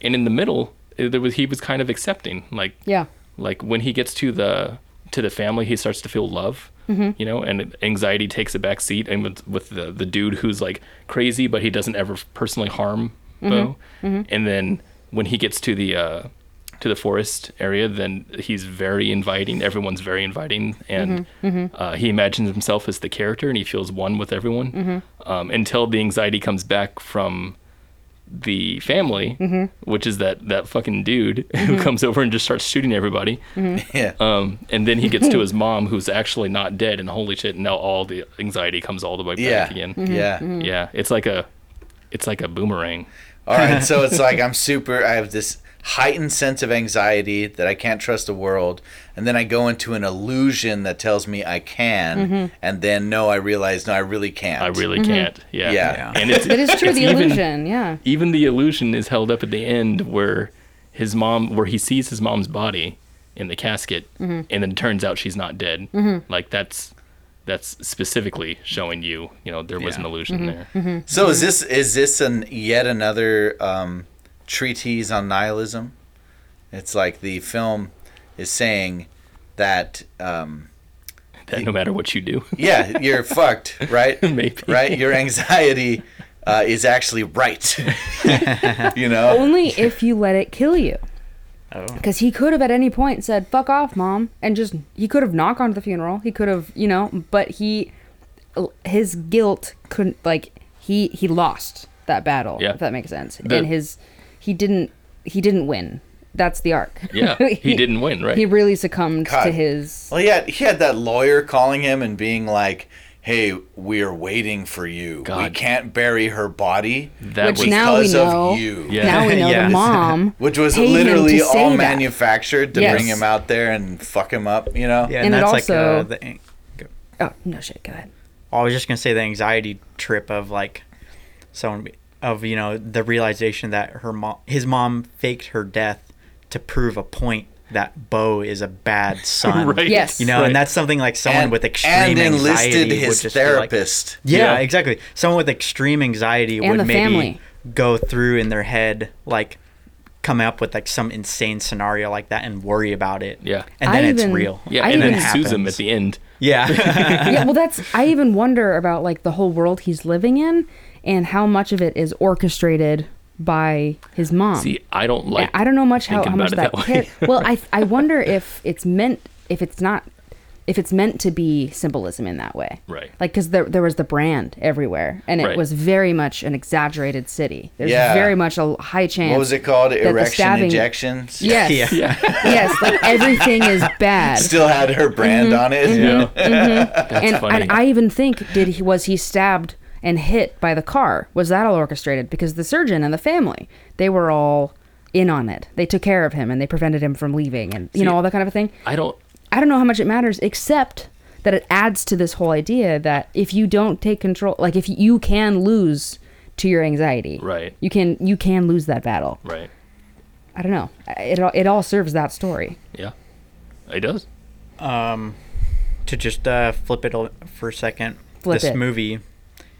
B: and in the middle, uh, there was he was kind of accepting, like
C: Yeah.
B: like when he gets to the to the family, he starts to feel love, you know, and anxiety takes a back seat. And with, with the the dude who's like crazy, but he doesn't ever personally harm Bo. And then when he gets to the uh, to the forest area, then he's very inviting. Everyone's very inviting, and Uh, he imagines himself as the character, and he feels one with everyone um, until the anxiety comes back from the family, which is that that fucking dude who comes over and just starts shooting everybody.
A: Yeah.
B: Um, and then he gets to his mom, who's actually not dead, and holy shit! Now all the anxiety comes all the way back
A: yeah.
B: again.
C: Mm-hmm,
A: Yeah.
B: Yeah, it's like a, it's like a boomerang.
A: All right, so it's like I'm super. I have this heightened sense of anxiety that I can't trust the world, and then I go into an illusion that tells me I can, and then no, I realize no, I really can't.
B: I really can't. Yeah,
A: Yeah.
B: And it's
C: That Mm-hmm. is true,
B: it's
C: the
B: even-
C: illusion, yeah.
B: even the illusion is held up at the end where his mom where he sees his mom's body in the casket
C: Mm-hmm.
B: and then turns out she's not dead like that's that's specifically showing you you know there was an
D: Yeah.
B: illusion
C: Mm-hmm.
B: there
A: So is this is this an yet another um, treatise on nihilism? It's like the film is saying that um,
B: that no matter what you do
A: yeah, you're fucked, right?
B: Maybe.
A: right. Your anxiety uh, is actually right. you know.
C: Only if you let it kill you.
D: Oh.
C: Because he could have at any point said, fuck off, mom, and just, he could have not gone to the funeral. He could have, you know, but he, his guilt couldn't, like, he, he lost that battle,
B: Yeah.
C: if that makes sense.
B: The-
C: and his, he didn't, he didn't win. That's the arc.
B: yeah he didn't win right
C: He really sucummed
A: God.
C: to his,
A: Well, he had, he had that lawyer calling him and being like, "Hey, we're waiting for you. We
B: God.
A: can't bury her body
B: that
C: which
B: was
C: now we
A: because of
C: know,
A: you."
B: Yeah.
C: now we know
D: Yes.
C: the mom,
A: Which was
C: paid him to
A: literally
C: say
A: all
C: that.
A: manufactured to
C: Yes.
A: bring him out there and fuck him up, you know?
D: Yeah,
C: And
D: and,
C: it
D: that's
C: also-
D: like uh, the.
C: Oh no, shit. Go ahead.
D: I was just gonna say the anxiety trip of like, someone be- of you know the realization that her mom, his mom, faked her death to prove a point that Bo is a bad son.
B: Right.
C: Yes.
D: You know,
B: Right.
D: and that's something like someone with extreme
A: and
D: anxiety
A: enlisted
D: would
A: his
D: just be like-
A: therapist.
D: yeah,
B: Yeah.
D: exactly. Someone with extreme anxiety
C: And
D: would
C: the
D: maybe
C: family.
D: go through in their head like come up with like some insane scenario like that and worry about it.
B: Yeah.
D: And
C: I
D: then it's
C: even-
D: real.
B: yeah
C: I
B: and then
C: even-
B: sues him at the end
D: Yeah.
C: yeah, well, that's. I even wonder about like the whole world he's living in, and how much of it is orchestrated by his mom.
B: see i don't like
C: I don't know much how,
B: thinking
C: how much
B: about
C: that.
B: it that way.
C: kid- well, I I wonder if it's meant if it's not if it's meant to be symbolism in that way.
B: Right.
C: Like, because there, there was the brand everywhere, and it
B: Right.
C: was very much an exaggerated city. There's
A: Yeah.
C: very much a high chance.
A: What was it called?
C: the
A: Erection
C: stabbing-
A: injections.
C: Yes.
D: Yeah.
C: Yes. Like everything is bad.
A: Still had her brand
C: Mm-hmm.
A: on it.
B: Yeah. That's
C: and,
B: funny.
C: and I even think did he was he stabbed and hit by the car? Was that all orchestrated? Because the surgeon and the family, they were all in on it. They took care of him and they prevented him from leaving and you know all that kind of a thing.
B: I don't.
C: I don't know how much it matters, except that it adds to this whole idea that if you don't take control, like if you can lose to your anxiety,
B: Right.
C: You can you can lose that battle.
B: Right.
C: I don't know. It all, it all serves that story.
B: Yeah. It does.
D: to just uh, flip it a- for a second.
C: Flip
D: this
C: it.
D: movie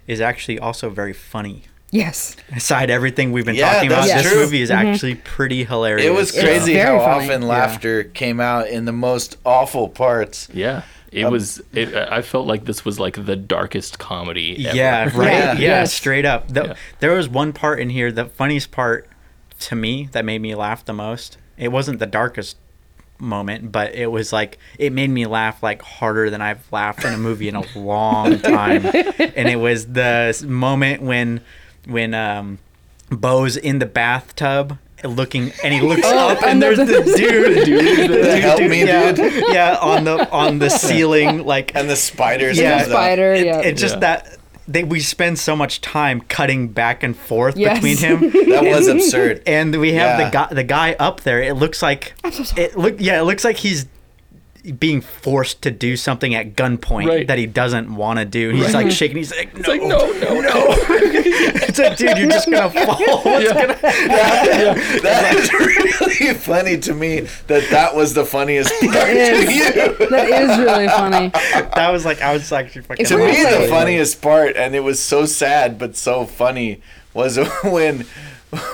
D: is actually also very funny.
C: Yes.
D: Aside everything we've been
A: Yeah,
D: talking about,
A: that's
D: this
A: true.
D: movie is
C: Mm-hmm.
D: actually pretty hilarious.
A: It was
D: so-
A: crazy
C: very
A: how
C: funny.
A: often laughter came out in the most awful parts.
B: Yeah. It
D: Um,
B: was. It, I I felt like this was like the darkest comedy. Ever.
D: Yeah, right.
A: Yeah.
D: Yeah,
C: Yes.
D: straight up. The,
B: Yeah.
D: There was one part in here, the funniest part to me that made me laugh the most. It wasn't the darkest moment, but it was like it made me laugh like harder than I've laughed in a movie in a long time. and it was the s- moment when when um Bo's in the bathtub looking and he looks
B: Oh.
D: up and there's this dude, dude, dude,
A: Help me,
D: yeah,
A: dude.
D: yeah on the on the ceiling like
A: And the spiders.
D: Yeah.
A: comes up.
C: Spider.
D: it,
C: yeah.
D: it's just
B: Yeah.
D: that they, we spend so much time cutting back and forth
C: Yes.
D: between him.
A: That was absurd.
D: And we have
A: Yeah.
D: the guy, the guy up there. It looks like it look, yeah, it looks like he's being forced to do something at gunpoint
B: Right.
D: that he doesn't want to do. And he's like shaking. He's like, no,
B: It's like no, no, no.
D: it's like, dude, you're just gonna fall.
A: That is really funny to me that that was the funniest part to you.
C: that is really funny.
D: That was like, I was actually fucking.
C: It's
A: To me,
C: Really?
A: the funniest part, and it was so sad but so funny, was when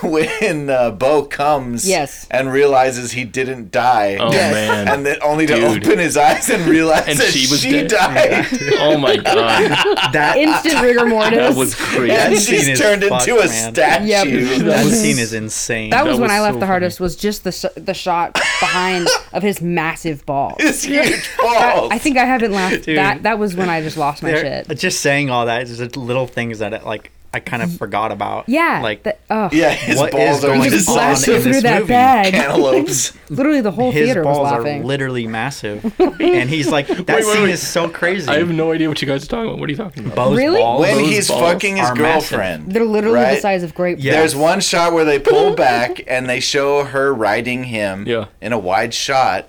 A: when uh, Bo comes
C: Yes.
A: and realizes he didn't die.
B: Oh man.
A: And then only to
B: Dude.
A: open his eyes and realize
B: And
A: that she,
B: she was dead.
A: died.
B: oh my god.
D: that
C: Instant rigor mortis.
B: That was crazy.
A: And
D: That
A: she's
D: scene is
A: turned
D: fucked,
A: into a
D: man.
A: statue.
C: Yep.
D: that
C: was-
D: scene is insane.
C: That was when
B: was
C: I laughed
B: so
C: the hardest. Was just the sh- the shot behind of his massive ball.
A: This huge
C: That-
A: balls.
C: I think I haven't laughed.
D: Dude.
C: That that was when I just lost my
D: There-
C: shit.
D: Just saying all that is just little things that it, like I kind of forgot about.
C: Yeah,
D: like
C: that- oh,
A: yeah, his
D: What is
A: balls are
D: going
A: like
D: on
C: just blasted
A: massive
D: in
C: through
D: this
C: that
D: movie?
C: bag.
A: cantaloupes.
C: Literally, the whole
D: his
C: theater was
D: balls are
C: laughing.
D: literally massive, and he's like, that
B: wait,
D: scene
B: wait.
D: is so crazy.
B: I have no idea what you guys are talking about. What are you talking about?
D: Bo's
C: Really?
D: balls-
A: when
B: those
A: he's
B: balls
A: fucking his
D: are massive.
A: girlfriend.
C: They're literally the
A: right?
C: size of grape.
D: Yeah.
A: There's one shot where they pull back and they show her riding him
B: Yeah.
A: in a wide shot,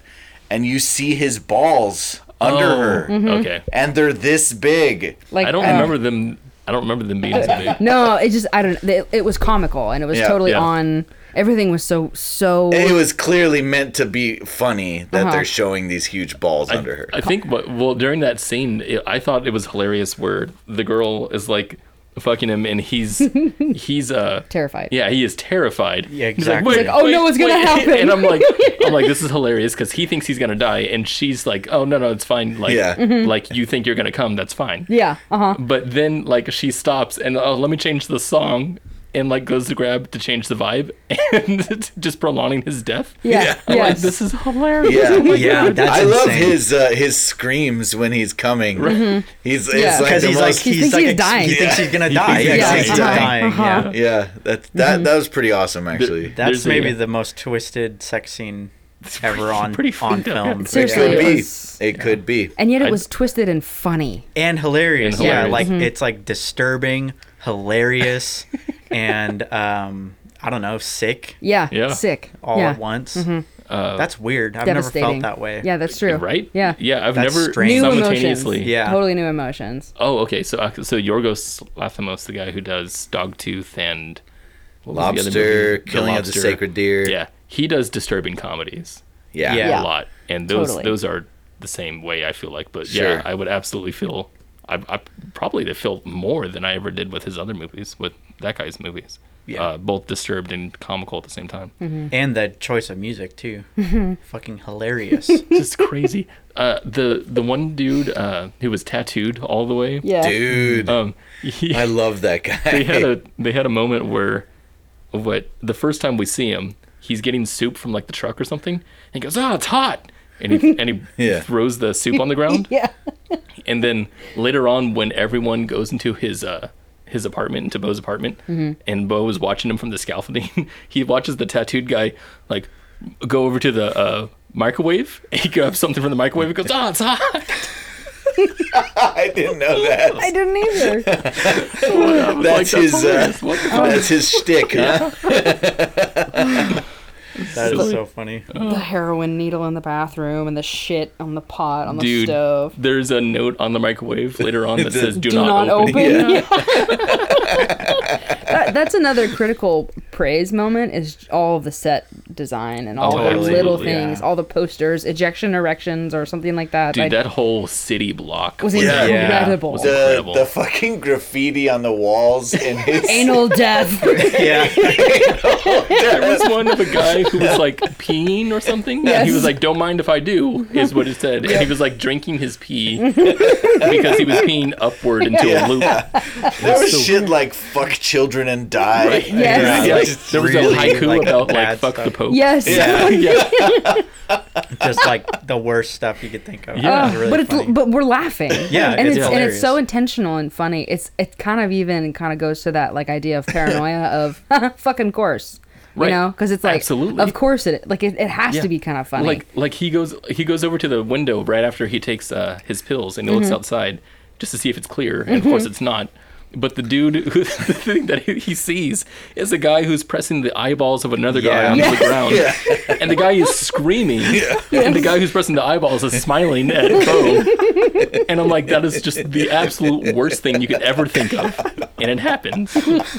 A: and you see his balls under
B: Oh,
A: her,
C: Mm-hmm.
B: Okay.
A: and they're this big.
C: Like
B: I don't
C: uh,
B: remember them. I don't remember them being so big.
C: No, it just I don't. It, it was comical and it was
A: Yeah,
C: totally
B: yeah.
C: on. Everything was so so.
A: It was clearly meant to be funny that
C: Uh-huh.
A: they're showing these huge balls under her.
B: I think what well during that scene, it, I thought it was hilarious where the girl is like fucking him and he's he's uh
C: Terrified.
B: Yeah, he is terrified.
D: Yeah,
B: He's like,
D: exactly.
B: "Wait,
C: Like, oh,
B: wait,
C: no, it's gonna
B: wait."
C: happen.
B: And I'm like, I'm like, this is hilarious because he thinks he's gonna die, and she's like, oh no, no, it's fine. Like,
A: Yeah.
C: Mm-hmm.
B: like you think you're gonna come, that's fine.
C: yeah. Uh huh.
B: But then like she stops and oh, let me change the song. And like goes to grab to change the vibe, and it's just prolonging his death.
C: Yeah.
B: I'm like,
C: Yes.
B: this is hilarious.
A: Yeah.
B: Oh my
D: Yeah,
B: God.
D: that's
A: I love
D: insane.
A: his uh, his screams when he's coming. He's it's
C: Mm-hmm. Yeah.
A: like
D: because
A: the
D: he's like
A: most.
D: he's,
C: He thinks
D: like
C: he's
D: ex-
C: dying.
D: He thinks
A: Yeah.
D: he's gonna
B: He
D: die.
B: thinks
D: Yeah,
B: he's
D: he's
C: dying.
D: dying.
C: Uh-huh.
D: Yeah,
A: yeah, that that
C: Mm-hmm.
A: that was pretty awesome actually.
B: That-
D: that's
B: There's a-
D: maybe the most twisted sex scene ever on
B: pretty
D: on
B: freaked out.
D: film,
A: it
C: Seriously,
A: could
C: it
A: be.
C: was-
A: It could be.
C: And yet it
B: I-
C: was twisted and funny.
D: and hilarious.
B: And
D: Yeah,
B: hilarious.
D: like it's like disturbing, hilarious, and um, I don't know, sick
C: Yeah.
B: Yeah.
C: Sick.
D: all
C: yeah. Mm-hmm.
D: at once.
B: Uh,
D: that's weird. I've never
C: Devastating.
D: felt that way.
C: Yeah, that's true.
B: right?
C: Yeah.
B: yeah. I've
D: That's
B: never
D: strange.
C: New
B: simultaneously.
C: emotions.
D: Yeah.
C: Totally new emotions.
B: Oh, okay. So, uh, so Yorgos Lanthimos, the guy who does Dogtooth and what was the other
A: Lobster,
B: movie? The
A: Killing of the Sacred Deer.
B: Yeah, he does disturbing comedies
A: Yeah.
D: Yeah.
B: a lot, and those
C: Totally.
B: those are the same way. I feel like, but yeah,
A: Sure.
B: I would absolutely feel. I, I probably to feel more than I ever did with his other movies, with that guy's movies.
D: Yeah.
B: Uh, both disturbed and comical at the same time.
C: Mm-hmm.
D: and the choice of music too. Fucking hilarious.
B: Just crazy. Uh, the the one dude uh, who was tattooed all the way.
C: Yeah.
A: Dude,
B: Um, he-
A: I love that guy.
B: they had a they had a moment where what the first time we see him, he's getting soup from like the truck or something, and he goes, "Ah, it's hot." and he and he
A: Yeah.
B: throws the soup on the ground.
C: Yeah.
B: And then later on, when everyone goes into his uh, his apartment, into Bo's apartment, and Bo is watching him from the scaffolding, he watches the tattooed guy like go over to the uh, microwave. And he grabs something from the microwave and goes, "Ah, it's hot."
A: I didn't know that.
C: I didn't either.
B: I was
A: That's his, uh,
B: hilarious. What the fuck?"
A: That's his shtick, huh?
D: That is so funny.
B: Oh.
C: the heroin needle in the bathroom and the shit on the pot on the
B: Dude,
C: stove.
B: there's a note on the microwave later on that says, "Do,
C: Do not, open.
A: Yeah.
C: That- that's another critical praise moment is all of the set design and all
B: Oh,
C: the little
B: absolutely,
C: things, all the posters, ejection erections or something like that.
B: Dude,
C: I-
B: that whole city block
C: was
A: Yeah.
C: incredible.
B: Was
A: The,
B: Incredible.
A: the fucking graffiti on the walls in his
C: Anal death.
D: Yeah.
B: there was one of a guy who was like peeing or something, and he was like, "Don't mind if I do," is what it said, and he was like drinking his pee because he was peeing upward into a loop.
A: There was
B: so
A: shit like fuck children and die.
B: Right.
C: Yes.
A: Yeah,
B: Like,
A: just
B: there was
A: really,
B: a haiku
D: like,
B: about like
D: bad
B: "fuck the
D: stuff.
B: pope."
C: yes.
A: Yeah.
B: yeah.
D: Just like the worst stuff you could think of.
B: Yeah.
D: Yeah.
B: Ugh,
D: really
C: but it's
D: funny.
C: but we're laughing.
D: Yeah,
C: and it's,
D: it's
C: and it's so
D: hilarious.
C: intentional and funny. It's it kind of even kind of goes to that like idea of paranoia of fucking course,
B: Right.
C: you know? Because it's like
B: Absolutely.
C: of course it like it, it has to
B: Yeah.
C: be kind of funny.
B: Like like he goes he goes over to the window right after he takes uh, his pills and he looks outside just to see if it's clear. And of course it's not. But the dude, who, the thing that he, he sees is a guy who's pressing the eyeballs of another guy
D: Yeah.
B: onto
C: Yes.
B: the ground, and the guy is screaming, and the guy who's pressing the eyeballs is smiling at Bo. And I'm like, that is just the absolute worst thing you could ever think of, and it happens.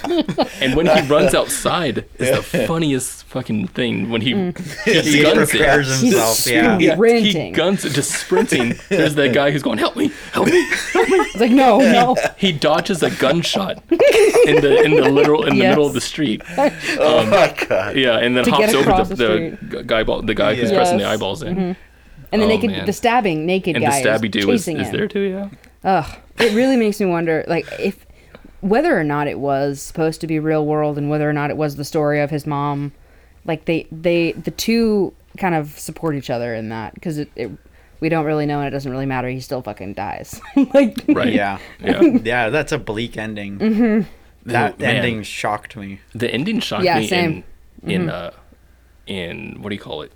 B: And when he runs outside, is the funniest fucking thing when he, he
D: Mm. he
B: guns it.
D: prepares himself. Yeah.
C: Yeah.
B: He
C: Ranting.
B: guns it, just sprinting. There's that guy who's going, "Help me! Help me!"
C: it's like no, no.
B: He dodges a gunshot in the in the literal in the
C: Yes.
B: middle of the street. Um,
A: Oh my god.
B: Yeah, and then
C: To get
B: hops over
C: across
B: the,
C: the
B: the,
C: street.
B: gu- guy ball, the guy who's
D: Yeah.
B: pressing the
C: Yes.
B: eyeballs in,
C: And the
B: Oh,
C: naked
B: man.
C: the stabbing naked
B: and the
C: guy
B: stabby
C: is
B: dude is,
C: chasing
B: is
C: him.
B: there too. Yeah,
C: Ugh, it really makes me wonder, like if whether or not it was supposed to be real world, and whether or not it was the story of his mom. Like they, they, the two kind of support each other in that because it, it, we don't really know, and it doesn't really matter. He still fucking dies. like,
B: right.
D: Yeah.
B: yeah.
D: Yeah, that's a bleak ending.
C: Mm-hmm.
D: That
B: Man.
D: ending shocked me.
B: The ending shocked
C: Yeah,
B: me
C: same. Mm-hmm.
B: in in uh in what do you call it,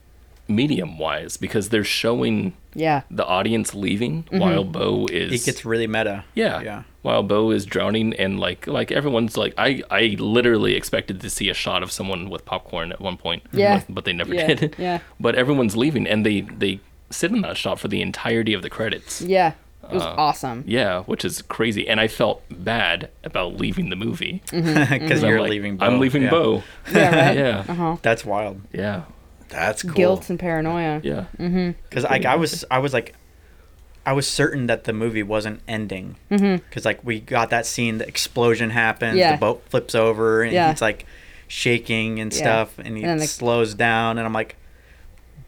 B: medium wise because they're showing
C: yeah, Mm-hmm.
B: the audience leaving while Bo is
D: It gets really meta.
B: Yeah.
D: Yeah.
B: While Bo is drowning and like like everyone's like I I literally expected to see a shot of someone with popcorn at one point.
C: Yeah.
B: But, but they never
C: Yeah,
B: did.
C: yeah.
B: But everyone's leaving and they they sit in that shot for the entirety of the credits.
C: yeah, it was awesome.
B: Oh. Yeah, which is crazy. And I felt bad about leaving the movie.
C: Mm-hmm.
D: Because
B: Mm-hmm. I'm
D: you're
B: like,
D: leaving Bo.
B: I'm leaving
D: Yeah.
B: Bo.
C: Yeah, right?
B: Yeah.
D: That's wild.
B: Yeah.
A: That's cool.
C: Guilt and paranoia.
B: Yeah.
D: Because like I was, I was like, I was certain that the movie wasn't ending. Because like we got that scene, the explosion happens,
C: Mm-hmm. Yeah.
D: the boat flips over, and
C: Yeah.
D: it's like shaking and
C: Yeah.
D: stuff, and he
C: And then the-
D: slows down, and I'm like,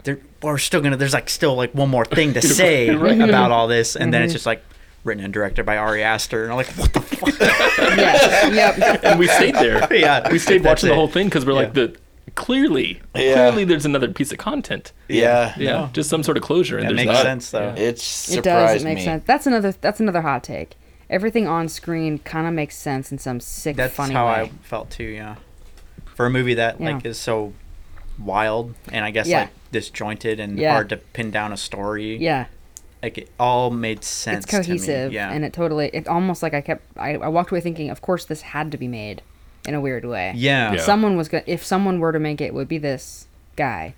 D: there, we're still gonna. There's like still like one more thing to say about all this, and
C: Mm-hmm.
D: then it's just like written and directed by Ari Aster, and I'm like, what the fuck?
C: Yeah, yep.
B: And we stayed there.
D: yeah,
B: We stayed
D: that's
B: watching the
D: it.
B: whole thing because we're like
D: Yeah.
B: the clearly
A: Yeah.
B: clearly there's another piece of content.
A: Yeah.
B: Yeah, just some sort of closure. And
D: That
B: there's
D: makes
B: not.
D: sense though.
A: It
C: It does.
A: surprised
C: It makes
A: me.
C: sense. That's another. That's another hot take. Everything on screen kind of makes sense in some sick,
D: That's
C: funny
D: how
C: way.
D: I felt too. Yeah, for a movie that
C: Yeah.
D: like is so wild and I guess
C: Yeah.
D: like disjointed and
C: Yeah.
D: hard to pin down a story.
C: yeah.
D: like it all made sense.
C: it's cohesive
D: To me. Yeah,
C: and it totally it almost like i kept I, I walked away thinking of course this had to be made in a weird way
D: yeah,
B: Yeah.
C: someone was gonna if someone were to make it, it would be this guy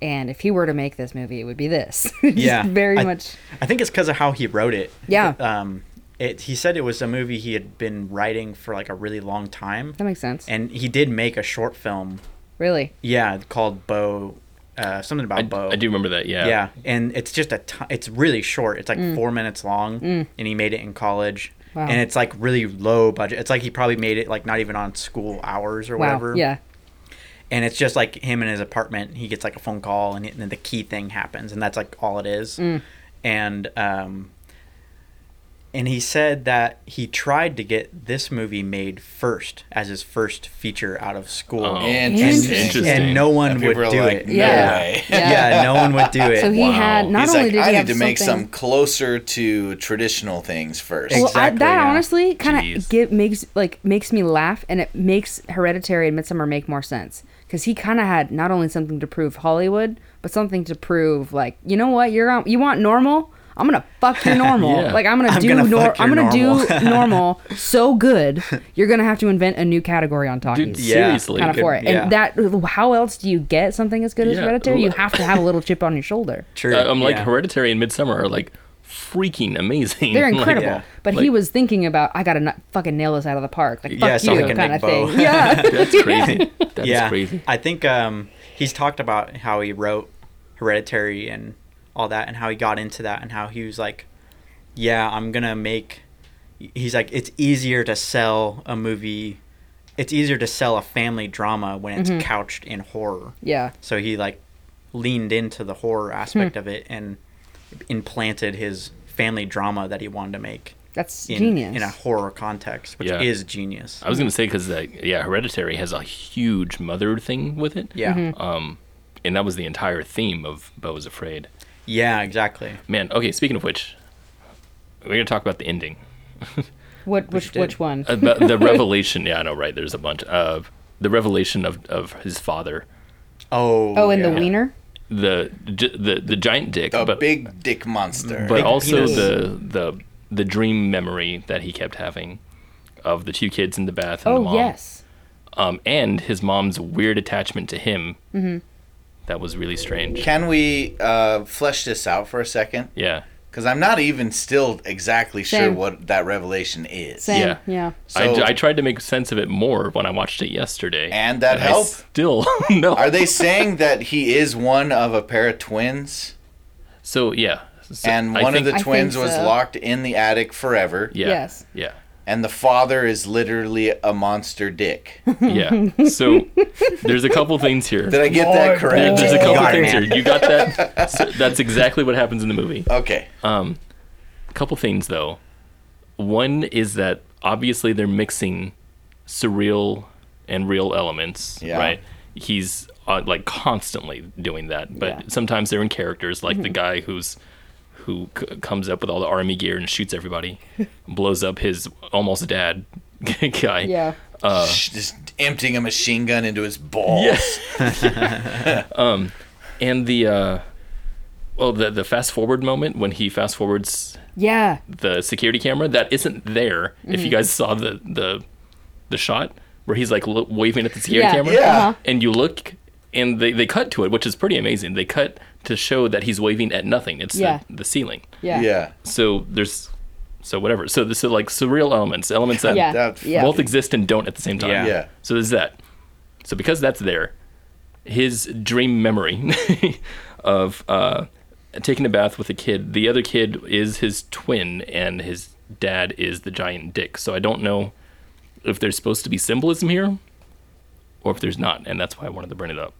C: and if he were to make this movie it would be this Just
D: yeah.
C: very
D: I,
C: much
D: I think it's because of how he wrote it.
C: Yeah.
D: Um, it, he said it was a movie he had been writing for like a really long time,
C: that makes sense
D: and he did make a short film.
C: really
D: Yeah, called Bo, uh, something about
B: I,
D: Bo.
B: I do remember that. Yeah.
D: Yeah, and it's just a t- it's really short. It's like four minutes long, and he made it in college.
C: Mm. Wow.
D: And it's like really low budget. It's like he probably made it like not even on school hours or
C: wow
D: whatever.
C: yeah
D: And it's just like him in his apartment. He gets like a phone call, and, and then the
C: Mm.
D: key thing happens, and that's like all it is. And um, and he said that he tried to get this movie made first as his first feature out of school.
B: Oh,
A: Interesting.
B: Interesting.
D: And no one
A: And
D: would
A: people are
D: do
A: like,
D: it.
A: "No
C: Yeah.
A: way."
C: Yeah.
D: Yeah. no one would do it.
C: So he
B: Wow.
C: had not
A: He's
C: only
A: like,
C: did he
A: I
C: have
A: need to make
C: something,
A: some closer to traditional things first.
C: Well, I,
D: Exactly,
C: that
D: yeah.
C: honestly kind of
B: Jeez.
C: give makes like makes me laugh, and it makes Hereditary and Midsummer make more sense because he kind of had not only something to prove Hollywood, but something to prove like you know what you're on, you want normal. I'm gonna fuck your normal.
B: Yeah.
C: Like I'm gonna
D: I'm
C: do
D: gonna
C: nor-
D: fuck your
C: I'm gonna do
D: normal.
C: normal so good. You're gonna have to invent a new category on talkies.
B: Dude,
D: Yeah.
B: seriously.
C: Kind of for it,
D: Yeah.
C: and that how else do you get something as good as
B: Yeah.
C: Hereditary? You have to have a little chip on your shoulder.
D: True.
B: I- Uh, I'm like
D: yeah.
B: Hereditary and Midsummer are like freaking amazing.
C: They're
B: Like,
C: incredible.
D: yeah.
C: But he
B: Like-
C: was thinking about I gotta not fucking nail this out of the park, like fuck
D: Yeah, so I
C: you
D: can
C: kind of
D: make bow.
C: thing. Yeah,
B: That's crazy. That's
D: yeah.
B: crazy.
D: I think um, he's talked about how he wrote Hereditary and all that, and how he got into that, and how he was like, "Yeah, I'm gonna make." He's like, "It's easier to sell a movie. It's easier to sell a family drama when it's couched in horror."
C: Mm-hmm. yeah.
D: So he like leaned into the horror aspect
C: Hmm.
D: of it and implanted his family drama that he wanted to make
C: That's
D: in,
C: genius.
D: in a horror context, which
B: Yeah.
D: is genius.
B: I was gonna say because yeah, Hereditary has a huge mother thing with it.
D: Yeah.
C: Mm-hmm.
B: Um, and that was the entire theme of Bo is Afraid.
D: Yeah, exactly.
B: Man, okay. Speaking of which, we're gonna talk about the ending.
C: what which
D: did.
C: which one?
B: About the revelation. Yeah, I know, right? There's a bunch of the revelation of of his father,
D: Oh.
C: oh, in the
D: yeah.
C: wiener.
B: the gi- the the giant dick,
A: a
B: but
A: big dick monster.
B: but
D: Big
B: also
D: penis.
B: the the the dream memory that he kept having of the two kids in the bath and the
C: Oh
B: mom.
C: yes.
B: um, and his mom's weird attachment to him. That was really strange.
A: Can we uh, flesh this out for a second?
B: Yeah.
A: Because I'm not even still exactly sure
C: Same.
A: what that revelation is.
C: Same.
B: Yeah.
C: Yeah.
A: So-
B: I, I tried to make sense of it more when I watched it yesterday.
A: And that help?
B: I still no.
A: Are they saying that he is one of a pair of twins,
B: So yeah. So,
A: and
B: I
A: one of
B: think-
A: the
C: think
A: twins was
C: so.
A: locked in the attic forever,
B: yeah,
C: Yes.
B: Yeah.
A: and the father is literally a monster dick?
B: Yeah. So there's a couple things here.
A: Did I get that
B: There-
A: correct?
B: there's a couple
D: Got it,
B: things here. You got that? So that's exactly what happens in the movie.
A: Okay.
B: couple things though. One is that obviously they're mixing surreal and real elements,
A: Yeah.
B: right? He's uh, like constantly doing that, but
C: Yeah. Mm-hmm.
B: sometimes they're in characters, like the guy who's who c- comes up with all the army gear and shoots everybody, blows up his almost dad guy.
C: Yeah.
B: Uh.
A: Sh- Just emptying a machine gun into his balls.
B: Um, and the uh, well, the the fast forward moment when he fast forwards
C: Yeah.
B: the security camera that isn't there. If
C: Mm-hmm.
B: you guys saw the the the shot where he's like lo- waving at the security
C: Yeah.
B: camera,
A: Yeah. Uh-huh.
B: and you look and they, they cut to it, which is pretty amazing. They cut to show that he's waving at nothing. It's
C: Yeah.
B: the, the ceiling.
C: Yeah.
A: yeah.
B: So there's so whatever. So this is like surreal elements, elements that
C: Yeah.
A: That-
C: yeah.
B: both exist and don't at the same time.
D: Yeah.
A: Yeah.
B: So there's that. So because that's there, his dream memory of uh, taking a bath with a kid. The other kid is his twin, and his dad is the giant dick. So I don't know if there's supposed to be symbolism here, or if there's not, and that's why I wanted to bring it up.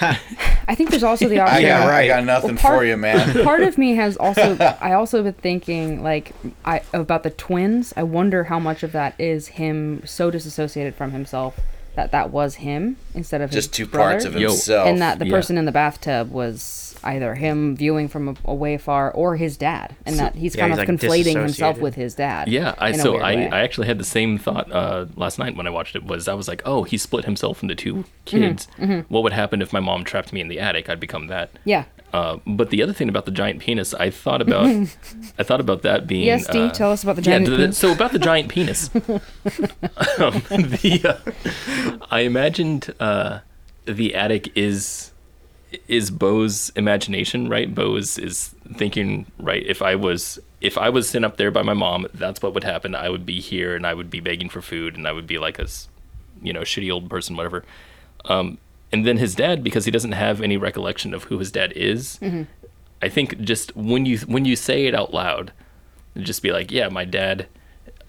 C: I think there's also the
A: I
C: option.
A: got,
D: Yeah,
A: I
D: right.
A: got nothing
C: Well, part-
A: for you, man.
C: part of me has also I also been thinking like I about the twins. I wonder how much of that is him so disassociated from himself that that was him instead of his
A: Just two
C: brother.
A: parts of
B: Yo.
A: himself.
C: and that the
B: yeah.
C: person in the bathtub was either him viewing from a, away far or his dad, and that he's
D: Yeah,
C: kind
D: he's,
C: of
D: like,
C: conflating himself
D: disassociated.
C: with his dad.
B: Yeah, I
C: in a
B: so
C: weird
B: I,
C: way.
B: I actually had the same thought uh, last night when I watched it was I was like, oh, he split himself into two kids.
C: Mm-hmm.
B: What would happen if my mom trapped me in the attic? I'd become that.
C: yeah.
B: Uh, but the other thing about the giant penis, I thought about, I thought about that being.
C: Yes, Dee,
B: uh,
C: tell us about the
B: yeah,
C: giant
B: th-
C: penis.
B: So about the giant penis, um, the, uh, I imagined uh, the attic is is Bo's imagination, right? Bo is, is thinking, right? If I was if I was sent up there by my mom, that's what would happen. I would be here and I would be begging for food and I would be like a, s- you know, shitty old person, whatever. Um, and then his dad, because he doesn't have any recollection of who his dad is,
C: Mm-hmm.
B: I think just when you when you say it out loud, just be like, yeah, my dad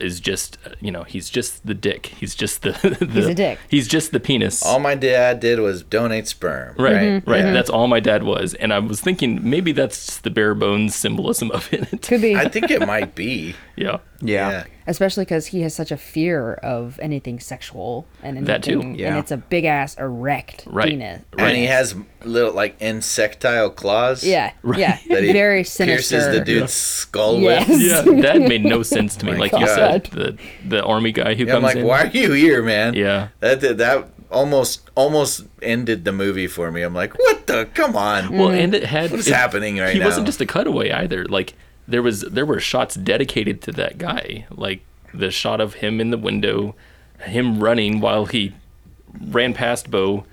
B: is just uh, you know he's just the dick. He's just the, the he's
C: a dick.
B: He's just the penis.
A: All my dad did was donate sperm.
B: Right, right.
C: Mm-hmm,
A: Yeah.
B: That's all my dad was, and I was thinking maybe that's just the bare bones symbolism of it.
C: Could be,
A: I think it might be.
B: yeah,
D: Yeah.
A: Yeah.
C: especially because he has such a fear of anything sexual and anything,
B: That too.
C: And
D: Yeah.
C: it's a big ass erect
B: Right.
C: penis.
B: Right.
A: And he has little like insectile claws.
C: Yeah, yeah,
A: That he
C: very sinister.
A: Pierces the dude's skull
C: Yes.
A: with.
B: yeah. That made no sense to me.
A: Oh My
B: like you
A: God.
B: said, the the army guy who
A: Yeah, I'm
B: comes
A: like,
B: in.
A: why are you here, man?
B: Yeah.
A: That that, that almost almost ended the movie for me. I'm like, what the? Come on.
C: Mm-hmm.
B: Well,
D: Mm.
B: and it had
A: What is
B: it-
A: happening right
B: He wasn't
A: now?
B: just a cutaway either. Like there was there were shots dedicated to that guy. Like the shot of him in the window, him running while he ran past Bo.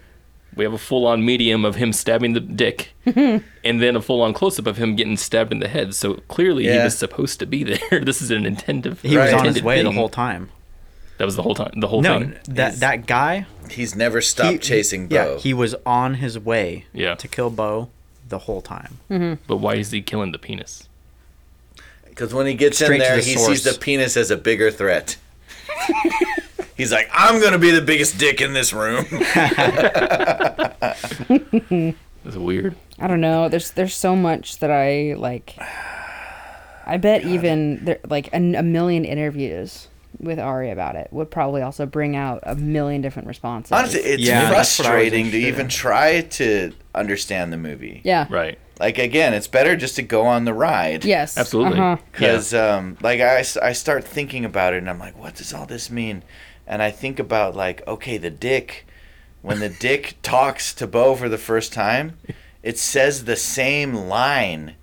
B: We have a full on medium of him stabbing the dick, and then a full on close up of him getting stabbed in the head. So clearly he
A: Yeah.
B: was supposed to be there. this is an intended.
D: He was
A: Right.
D: on his
B: intended
D: way the
B: thing.
D: whole time.
B: That was the whole time. The whole
D: No,
B: thing.
D: that that guy.
A: He's never stopped
D: he-
A: chasing
D: he-
A: Bo.
D: Yeah, he was on his way.
B: Yeah.
D: To kill Bo the whole time.
B: But why is he killing the penis?
A: Because when he gets
D: Straight
A: in
D: to
A: there,
D: the
A: he
D: source.
A: sees the penis as a bigger threat. He's like, I'm gonna be the biggest dick in this room.
B: That's weird.
C: I don't know. There's there's so much that I like. I bet even there, like an, a million interviews with Ari about it would probably also bring out a million different responses.
A: Honestly, it's
D: Yeah, that's what I was
A: frustrating to
D: interested
A: even try to understand the movie.
C: yeah,
B: Right.
A: Like again, it's better just to go on the ride.
C: yes,
B: Absolutely.
C: uh-huh.
A: because um, like I, s- I start thinking about it and i'm like what does all this mean and i think about like okay the dick when the dick talks to bo for the first time it says the same line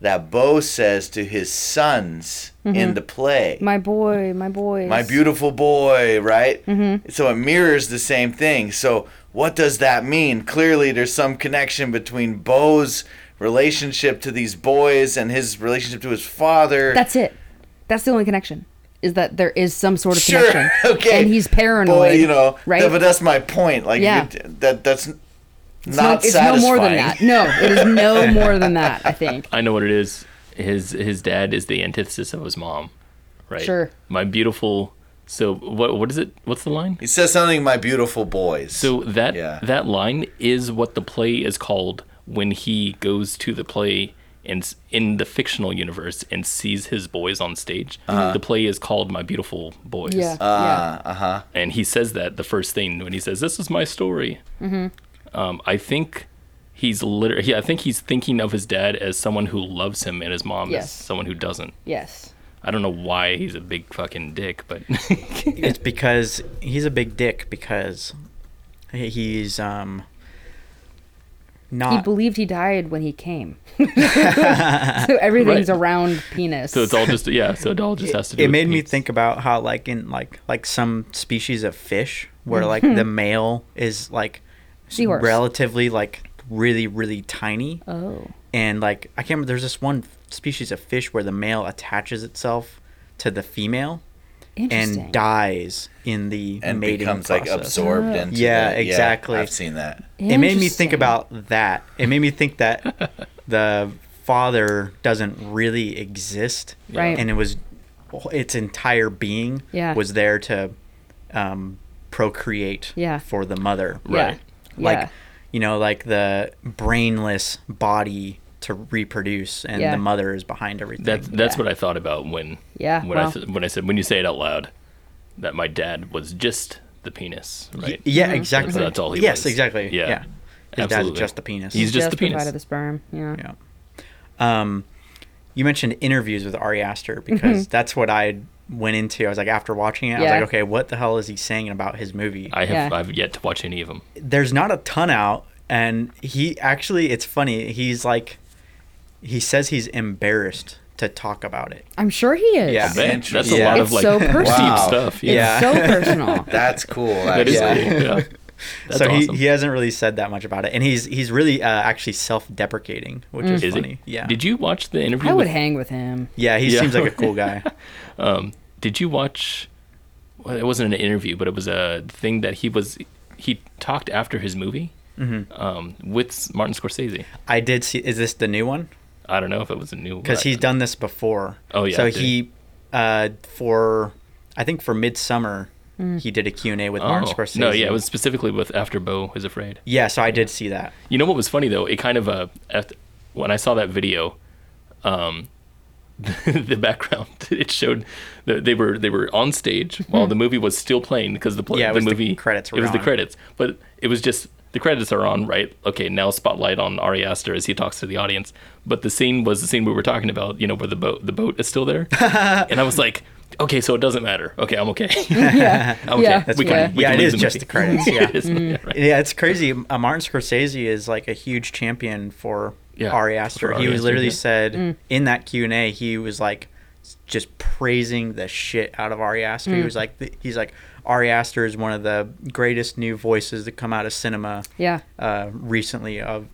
A: that bo says to his sons in the play
C: My boy, my boy.
A: my beautiful boy, right? Mm-hmm. So it mirrors the same thing. So what does that mean? Clearly, there's some connection between Bo's relationship to these boys and his relationship to his father.
C: That's it. That's the only connection. Is that there is some sort of
A: sure,
C: connection?
A: okay.
C: And he's paranoid.
A: Boy, you know,
C: right?
A: th- but that's my point. Like,
C: Yeah.
A: you- that that's
C: it's
A: not
C: it's
A: satisfying.
C: no more than that. No, it is no more than that. I think.
B: I know what it is. His his dad is the antithesis of his mom, right?
C: Sure.
B: My beautiful. So what what is it? What's the line?
A: He says something, my beautiful boys.
B: So that
A: Yeah.
B: that line is what the play is called when he goes to the play and s- in the fictional universe and sees his boys on stage. The play is called My Beautiful Boys.
C: Yeah.
A: Uh-huh. uh, uh huh.
B: and he says that the first thing when he says this is my story
C: Mm-hmm.
B: um, i think he's literally i think he's thinking of his dad as someone who loves him and his mom
C: Yes.
B: as someone who doesn't
C: yeah. Yes.
B: i don't know why he's a big fucking dick but
D: It's because he's a big dick because he- he's um
C: He
D: not
C: believed he died when he came. so everything's
B: Right.
C: around penis.
B: so it's all just yeah so it all just has to do
D: it
B: with
D: made me
B: penis.
D: think about how like in like like some species of fish where like
C: Hmm.
D: the male is like s-
C: Seahorse.
D: relatively like really really tiny
C: oh.
D: and like I can't remember. There's this one species of fish where the male attaches itself to the female
C: Interesting.
D: and dies in the
A: And
D: mating
A: becomes
D: process.
A: like
C: Oh.
A: absorbed into.
D: Yeah,
A: the-
D: exactly.
A: I've seen that.
D: It made me think
C: Interesting.
D: about that. It made me think that the father doesn't really exist,
C: Right.
D: And it was its entire being
C: Yeah.
D: was there to um, procreate
C: Yeah.
D: for the mother,
B: Right.
C: Yeah.
D: like
C: yeah.
D: you know like the brainless body to reproduce and
C: Yeah.
D: the mother is behind everything
B: that's that's
C: Yeah.
B: what i thought about when
C: Yeah,
B: when i
C: well.
B: th- when i said when you say it out loud that my dad was just the penis right
D: yeah
C: Mm-hmm.
D: exactly
B: So that's all he
D: yes
B: was.
D: exactly
B: Yeah.
D: yeah, His dad's
B: Absolutely.
D: just the penis
B: He's just the penis.
C: provided the sperm. Yeah.
D: yeah um you mentioned interviews with Ari Aster because that's what I went into I was like after watching it I was
C: Yeah.
D: like okay what the hell is he saying about his movie
B: i have
C: Yeah.
B: i've yet to watch any of them
D: there's not a ton out and he actually it's funny he's like he says he's embarrassed to talk about it
C: I'm sure he is.
D: Yeah.
B: Man,
A: Interesting.
B: that's a
D: Yeah.
B: lot
C: It's
B: of like
C: so
B: deep
C: personal.
A: Wow.
B: stuff
C: It's
D: Yeah.
C: so personal.
A: That's cool.
B: That is
D: Yeah.
A: actually.
B: cool. Yeah. That's
D: so
B: awesome.
D: he, he hasn't really said that much about it, and he's he's really uh, actually self-deprecating, which is,
B: Is he?
D: funny. Yeah.
B: Did you watch the interview?
C: I would
B: with,
C: hang with him.
D: Yeah, he
B: Yeah.
D: seems like a cool guy.
B: um, did you watch? Well, it wasn't an interview, but it was a thing that he was. He talked after his movie
D: Mm-hmm.
B: um, with Martin Scorsese.
D: I did see. Is this the new one?
B: I don't know if it was a new
D: Because he's done this before.
B: Oh, yeah,
D: So
B: did he?
D: he, uh, for I think for Midsummer, he did a Q&A with Martin Scorsese.
B: Oh, no, yeah, it was specifically with After Bo Is Afraid.
D: Yeah, so I did see that.
B: You know what was funny though? It kind of uh, at- when I saw that video, um, the background it showed that they were they were on stage while the movie was still playing because the play,
D: Hmm. Yeah, it
B: the
D: was the
B: movie
D: credits were
B: it was the
D: on.
B: credits, but it was just the credits are on right. Okay, now spotlight on Ari Aster as he talks to the audience. But the scene was the scene we were talking about. You know where the boat the boat is still there, and I was like. Okay, so it doesn't matter. Okay, I'm okay.
C: yeah.
B: I'm okay.
C: yeah.
B: we can,
C: yeah.
B: we
D: Yeah,
B: can
D: it
B: leave
D: is
B: the
D: just
B: movie.
D: the credits, yeah. Mm.
B: It is, yeah, right.
D: Yeah, it's crazy. Uh, Martin Scorsese is like a huge champion for
B: Yeah,
D: Ari Aster.
B: for
D: he
B: Ari
D: was
B: Aster,
D: literally
B: yeah.
D: said in that Q and A, he was like s- just praising the shit out of Ari Aster. He was like, th- he's like, Ari Aster is one of the greatest new voices to come out of cinema
C: Yeah.
D: uh, recently. Of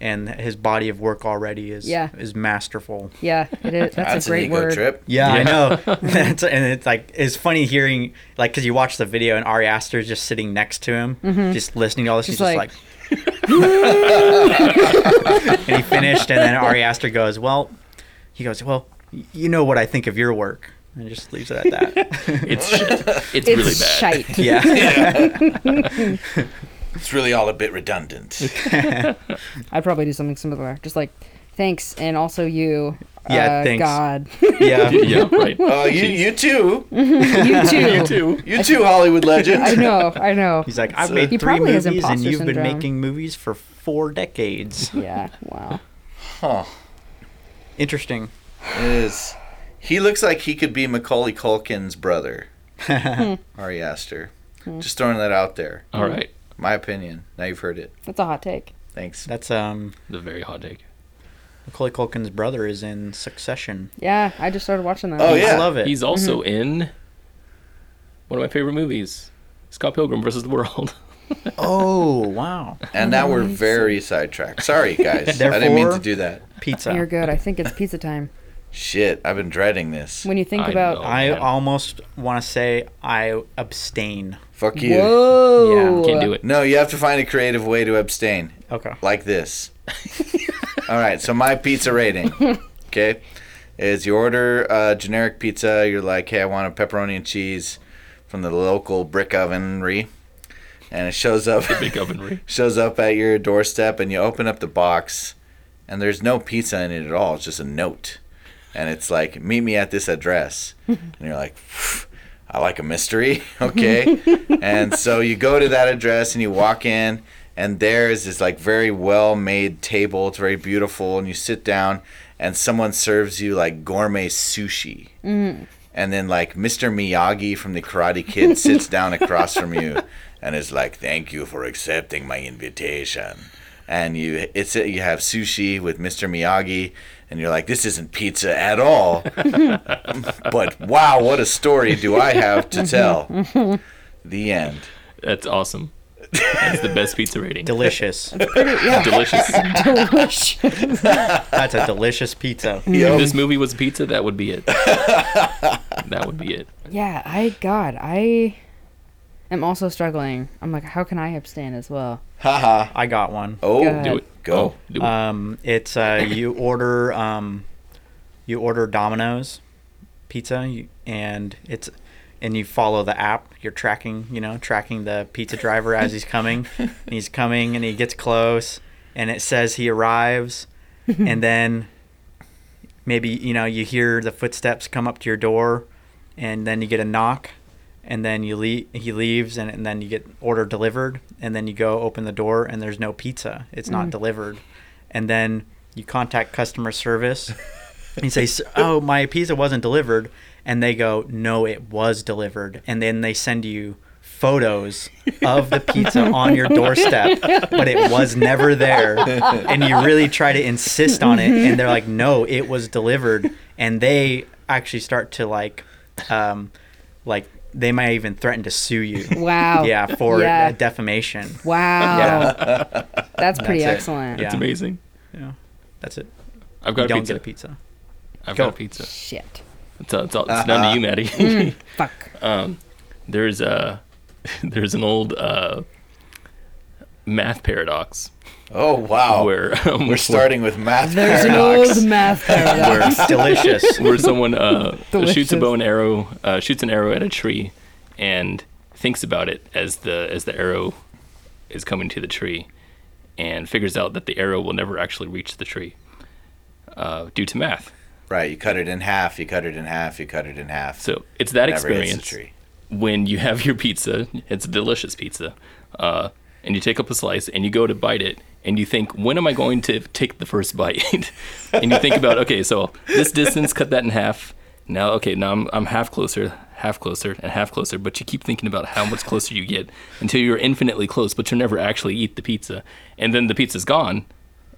D: and his body of work already is
C: Yeah.
D: is masterful.
C: Yeah. It is, that's,
A: That's
C: a great
A: an ego
C: word.
A: trip.
D: Yeah, I know. That's, and it's like it's funny hearing like because you watch the video and Ari Aster is just sitting next to him, just listening to all this.
C: Mm-hmm. Just
D: he's just
C: like-
D: like. and he finished, and then Ari Aster goes, "Well," he goes, "Well, y- you know what I think of your work," and just leaves it at that.
B: It's shit. It's,
C: It's
B: really bad.
C: shite.
D: yeah,
A: It's really all a bit redundant.
C: I'd probably do something similar. Just like, thanks, and also you.
D: Yeah,
C: uh,
D: thanks.
C: God.
D: yeah.
B: Yeah, right.
A: Oh, you, you too.
C: you too.
B: You too.
A: You too, Hollywood legend.
C: I know. I know.
D: He's like,
A: So-
D: "I've made
C: He
D: three
C: probably has
D: movies, and
C: imposter
D: you've
C: syndrome.
D: been making movies for four decades."
C: yeah. Wow.
A: Huh.
D: Interesting.
A: It is. He looks like he could be Macaulay Culkin's brother,
C: Hmm.
A: Ari Aster. Just throwing that out there.
B: All
D: Mm-hmm.
B: right.
A: My opinion. Now you've heard it.
C: That's a hot take.
A: Thanks.
D: That's um,
B: The very hot take.
D: Macaulay Culkin's brother is in Succession.
C: Yeah. I just started watching that.
A: Oh, yeah.
D: I love it.
B: He's also in one of my favorite movies, Scott Pilgrim versus the World.
D: oh wow.
A: And now we're very sidetracked. Sorry, guys. I didn't mean to
D: Therefore-
A: do that.
D: Pizza.
C: You're good. I think it's pizza time.
A: Shit, I've been dreading this.
C: When you think
B: I
C: about.
B: know.
D: I
B: Okay.
D: almost want to say I abstain.
A: Fuck you.
C: Whoa.
D: Yeah.
B: Can't do it.
A: No, you have to find a creative way to abstain.
D: Okay.
A: Like this. All right, so my pizza rating, okay, is you order uh, generic pizza. You're like, hey, I want a pepperoni and cheese from the local brick ovenry. And it shows up,
B: Big ovenry.
A: shows up at your doorstep, and you open up the box, and there's no pizza in it at all. It's just a note, and it's like, meet me at this address. and you're like, I like a mystery. Okay. and so you go to that address and you walk in, and there is this like very well made table. It's very beautiful. And you sit down, and someone serves you like gourmet sushi. And then like Mr. Miyagi from the Karate Kid sits down across from you and is like, thank you for accepting my invitation. And you, it's you have sushi with Mr. Miyagi, and you're like, this isn't pizza at all but wow, what a story do I have to tell? the end.
B: That's awesome. That's the best pizza rating.
D: Delicious.
B: Delicious.
C: Oh, Delicious.
D: That's a delicious pizza.
B: if
A: Yo,
B: this movie was pizza, that would be it. that would be it.
C: yeah. I. God. I. am also struggling. I'm like, how can I abstain as well?
A: haha.
D: I got one.
A: Oh,
C: Go
B: Do
C: ahead.
B: it.
A: Go.
B: Oh, do it.
D: Um, it's uh, you order um, you order Domino's pizza, you, and it's and you follow the app. You're tracking, you know, tracking the pizza driver as he's coming. and he's coming, and he gets close, and it says he arrives, and then maybe you know you hear the footsteps come up to your door, and then you get a knock. And then you leave. He leaves, and, and then you get order delivered. And then you go open the door, and there's no pizza. It's not delivered. And then you contact customer service, and you say, "S- "Oh, my pizza wasn't delivered," and they go, "No, it was delivered," and then they send you photos of the pizza on your doorstep, but it was never there, and you really try to insist on it, and they're like, "No, it was delivered," and they actually start to like, um, like they might even threaten to sue you.
C: Wow.
D: Yeah, for
C: Yeah.
D: uh defamation.
C: Wow. That's pretty
D: That's it.
C: excellent.
B: It's
D: yeah.
B: amazing.
D: Yeah, that's it.
B: I've
D: You
B: got a
D: don't
B: pizza.
D: get a pizza.
B: I've got
D: Go. Uh-huh. Mm.
B: a pizza.
C: Shit.
B: It's, all- it's, all- it's down to you, Maddie.
C: Fuck.
B: there's a there's an old uh, math paradox.
A: Oh wow.
B: Where
A: We're starting with math
C: There's an
A: paradox.
C: old math paradox.
D: It's delicious.
B: where someone uh, shoots
C: Delicious.
B: a bow and arrow, uh, shoots an arrow at a tree, and thinks about it as the as the arrow is coming to the tree, and figures out that the arrow will never actually reach the tree uh, due to math.
A: Right, you cut it in half, you cut it in half, you cut it in half.
B: So it's that
A: Never hits the
B: experience
A: tree.
B: when you have your pizza. It's a delicious pizza, uh, and you take up a slice and you go to bite it. And you think, when am I going to take the first bite? and you think about, okay, so this distance, cut that in half. Now, okay, now I'm, I'm half closer, half closer, and half closer. But you keep thinking about how much closer you get until you're infinitely close, but you'll never actually eat the pizza. And then the pizza's gone,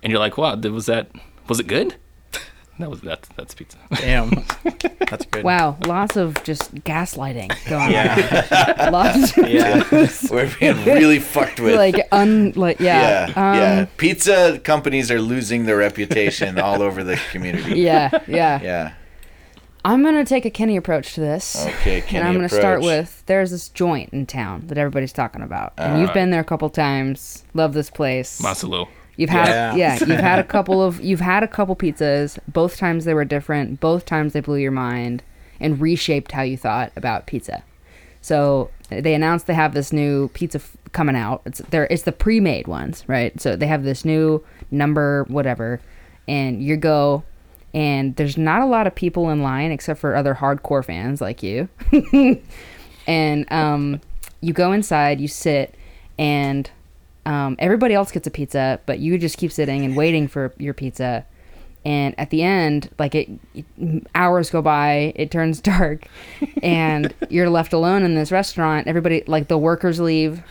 B: and you're like, wow, th- was that, was it good? That was that's that's pizza.
D: Damn. That's good.
C: Wow, lots of just gaslighting going
D: Yeah.
C: on. Lots of
D: Yeah.
A: We're being really fucked with.
C: like un like
A: yeah,
C: yeah. um,
A: yeah. Pizza companies are losing their reputation all over the community.
C: yeah, yeah,
A: Yeah.
C: I'm gonna take a Kenny approach to this.
A: Okay, Kenny
C: And I'm gonna start
A: approach.
C: with there's this joint in town that everybody's talking about, and you've been there a couple times. Love this place.
B: Masalo.
C: You've had
D: Yeah.
C: yeah. yeah, you've had a couple of you've had a couple pizzas. Both times they were different. Both times they blew your mind and reshaped how you thought about pizza. So they announced they have this new pizza f- coming out. It's there. It's the pre-made ones, right? So they have this new number, whatever, and you go. And there's not a lot of people in line except for other hardcore fans like you. and um, you go inside, you sit, and um, everybody else gets a pizza, but you just keep sitting and waiting for your pizza. And at the end, like it, it- hours go by, it turns dark, and you're left alone in this restaurant. Everybody, like the workers, leave,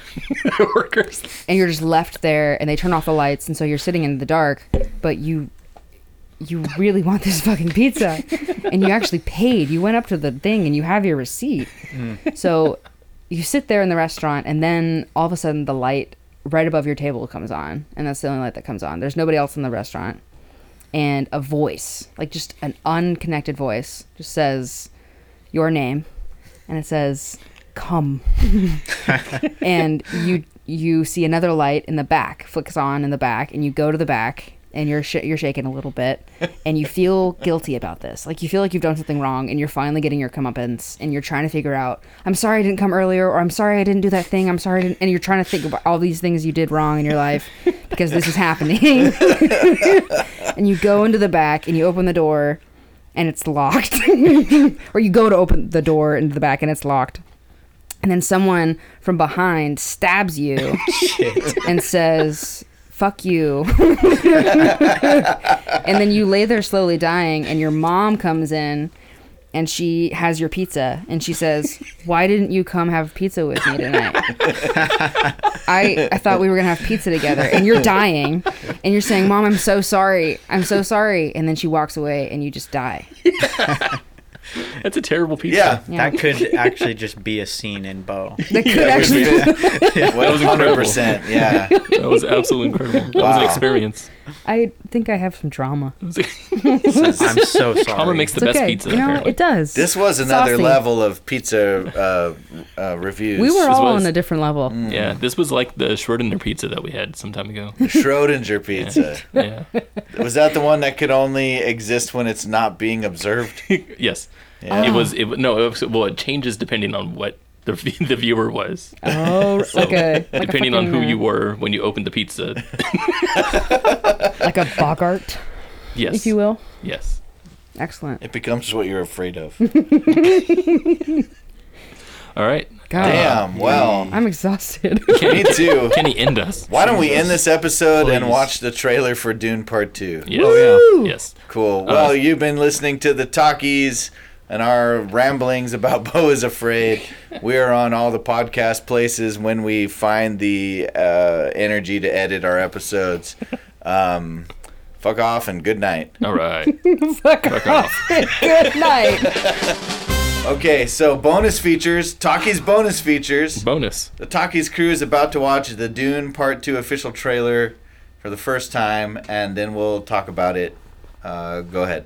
B: Workers.
C: and you're just left there. And they turn off the lights, and so you're sitting in the dark, but you. You really want this fucking pizza, and you actually paid. You went up to the thing, and you have your receipt. So you sit there in the restaurant, and then all of a sudden the light right above your table comes on, and that's the only light that comes on. There's nobody else in the restaurant, and a voice, like just an unconnected voice, just says your name, and it says come, and you you see another light in the back flicks on in the back, and you go to the back. And you're sh- you're shaking a little bit, and you feel guilty about this. Like you feel like you've done something wrong, and you're finally getting your comeuppance, and you're trying to figure out, I'm sorry I didn't come earlier, or I'm sorry I didn't do that thing, I'm sorry, I didn't, and you're trying to think about all these things you did wrong in your life because this is happening. and you go into the back and you open the door and it's locked or you go to open the door into the back and it's locked and then someone from behind stabs you and says fuck you and then you lay there slowly dying and your mom comes in and she has your pizza and she says why didn't you come have pizza with me tonight I, I thought we were gonna have pizza together and you're dying and you're saying mom i'm so sorry i'm so sorry and then she walks away and you just die
B: That's a terrible pizza.
A: Yeah.
C: Yeah.
D: That could actually just be a scene in Bo.
C: that could
A: That was
C: actually
B: was
A: Hundred percent. Yeah.
B: That was absolutely incredible. That was
A: Wow.
B: an experience.
C: i think i have some drama
B: It was a-
D: I'm so sorry.
B: Mama makes the
C: it's
B: best
C: okay
B: pizza.
C: you know
B: apparently.
C: it does
A: This was another
C: Saucy.
A: level of pizza uh, uh, reviews.
C: we were all
B: was-
C: on a different level
B: Yeah, this was like the Schrodinger pizza that we had some time ago.
A: Schrodinger pizza.
B: Yeah.
A: Was that the one that could only exist when it's not being observed?
B: yes. It was. It wa- no. It was, well, it changes depending on what the v- the viewer was,
C: oh like a like
B: depending
C: a
B: on who
C: fucking,
B: you
C: uh,
B: were when you opened the pizza.
C: like a bogart
B: Yes.
C: if you will
B: Yes.
C: excellent
A: It becomes what you're afraid of.
B: All right. Uh,
C: God,
A: Damn. Well,
C: i'm exhausted
A: me too.
B: Kenny, end us.
A: Why don't we end this episode and
B: Please.
A: watch the trailer for Dune Part Two?
B: Yes.
D: Oh,
B: Yes.
A: Cool. Well, you've been listening to the talkies and our ramblings about Bo is Afraid. We are on all the podcast places when we find the uh, energy to edit our episodes. Um, fuck off and good night.
B: All right.
C: Fuck off. good night Uh,
A: Okay, so bonus features, talkies bonus features.
B: Bonus.
A: The Talkies crew is about to watch the Dune Part 2 official trailer for the first time, and then we'll talk about it. Uh, go ahead.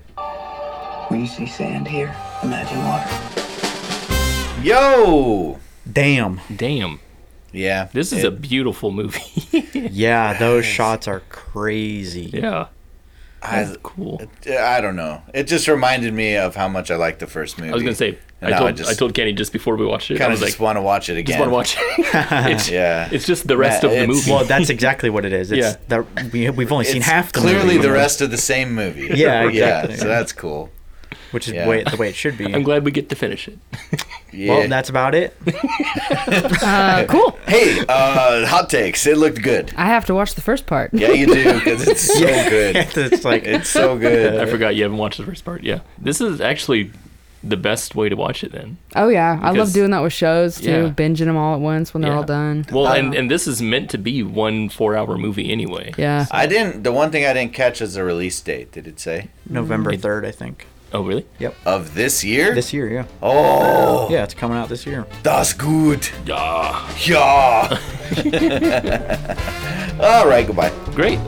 E: When you see sand here, imagine water.
A: Yo!
D: Damn.
B: Damn.
A: Yeah.
B: This is a beautiful movie.
D: Yeah, those shots are crazy.
B: yeah.
A: I,
B: Cool.
A: I don't know. It just reminded me of how much I liked the first movie.
B: I was gonna say I
A: No, I
B: told I,
A: just-
B: told Kenny just before we watched it. I
A: kind of
B: was
A: just
B: like,
A: want to watch it again.
B: just want to watch. it. it's,
A: Yeah.
B: it's just the rest
A: Yeah,
B: of the
A: it's-
B: movie.
D: Well, that's exactly what it is. It's the, we, we've only seen
A: It's
D: half the
A: clearly
D: movie,
A: the rest of the same movie.
D: Yeah, exactly.
A: Yeah, so that's cool.
D: which is
A: yeah.
D: way, the way it should be.
B: I'm glad we get to finish it.
A: Yeah.
D: well, that's about it.
C: Uh, cool.
A: hey, uh, hot takes. It looked good.
C: I have to watch the first part.
A: Yeah, you do because it's so good.
D: it's like
A: It's so good.
B: I forgot you haven't watched the first part. Yeah, this is actually the best way to watch it. Then
C: Oh yeah, I love
B: Because-
C: doing that with shows too,
B: Yeah.
C: binging them all at once when they're
B: Yeah.
C: all done. Oh,
B: Well, and and this is meant to be one four-hour movie anyway.
C: Yeah.
A: I didn't. The one thing I didn't catch is the release date. Did it say
D: November third, I think.
B: Oh, really?
A: of this year?
D: This year, yeah.
A: oh,
D: Yeah, it's coming out this year.
A: that's good.
B: Yeah.
A: Yeah. All right. Goodbye.
B: Great.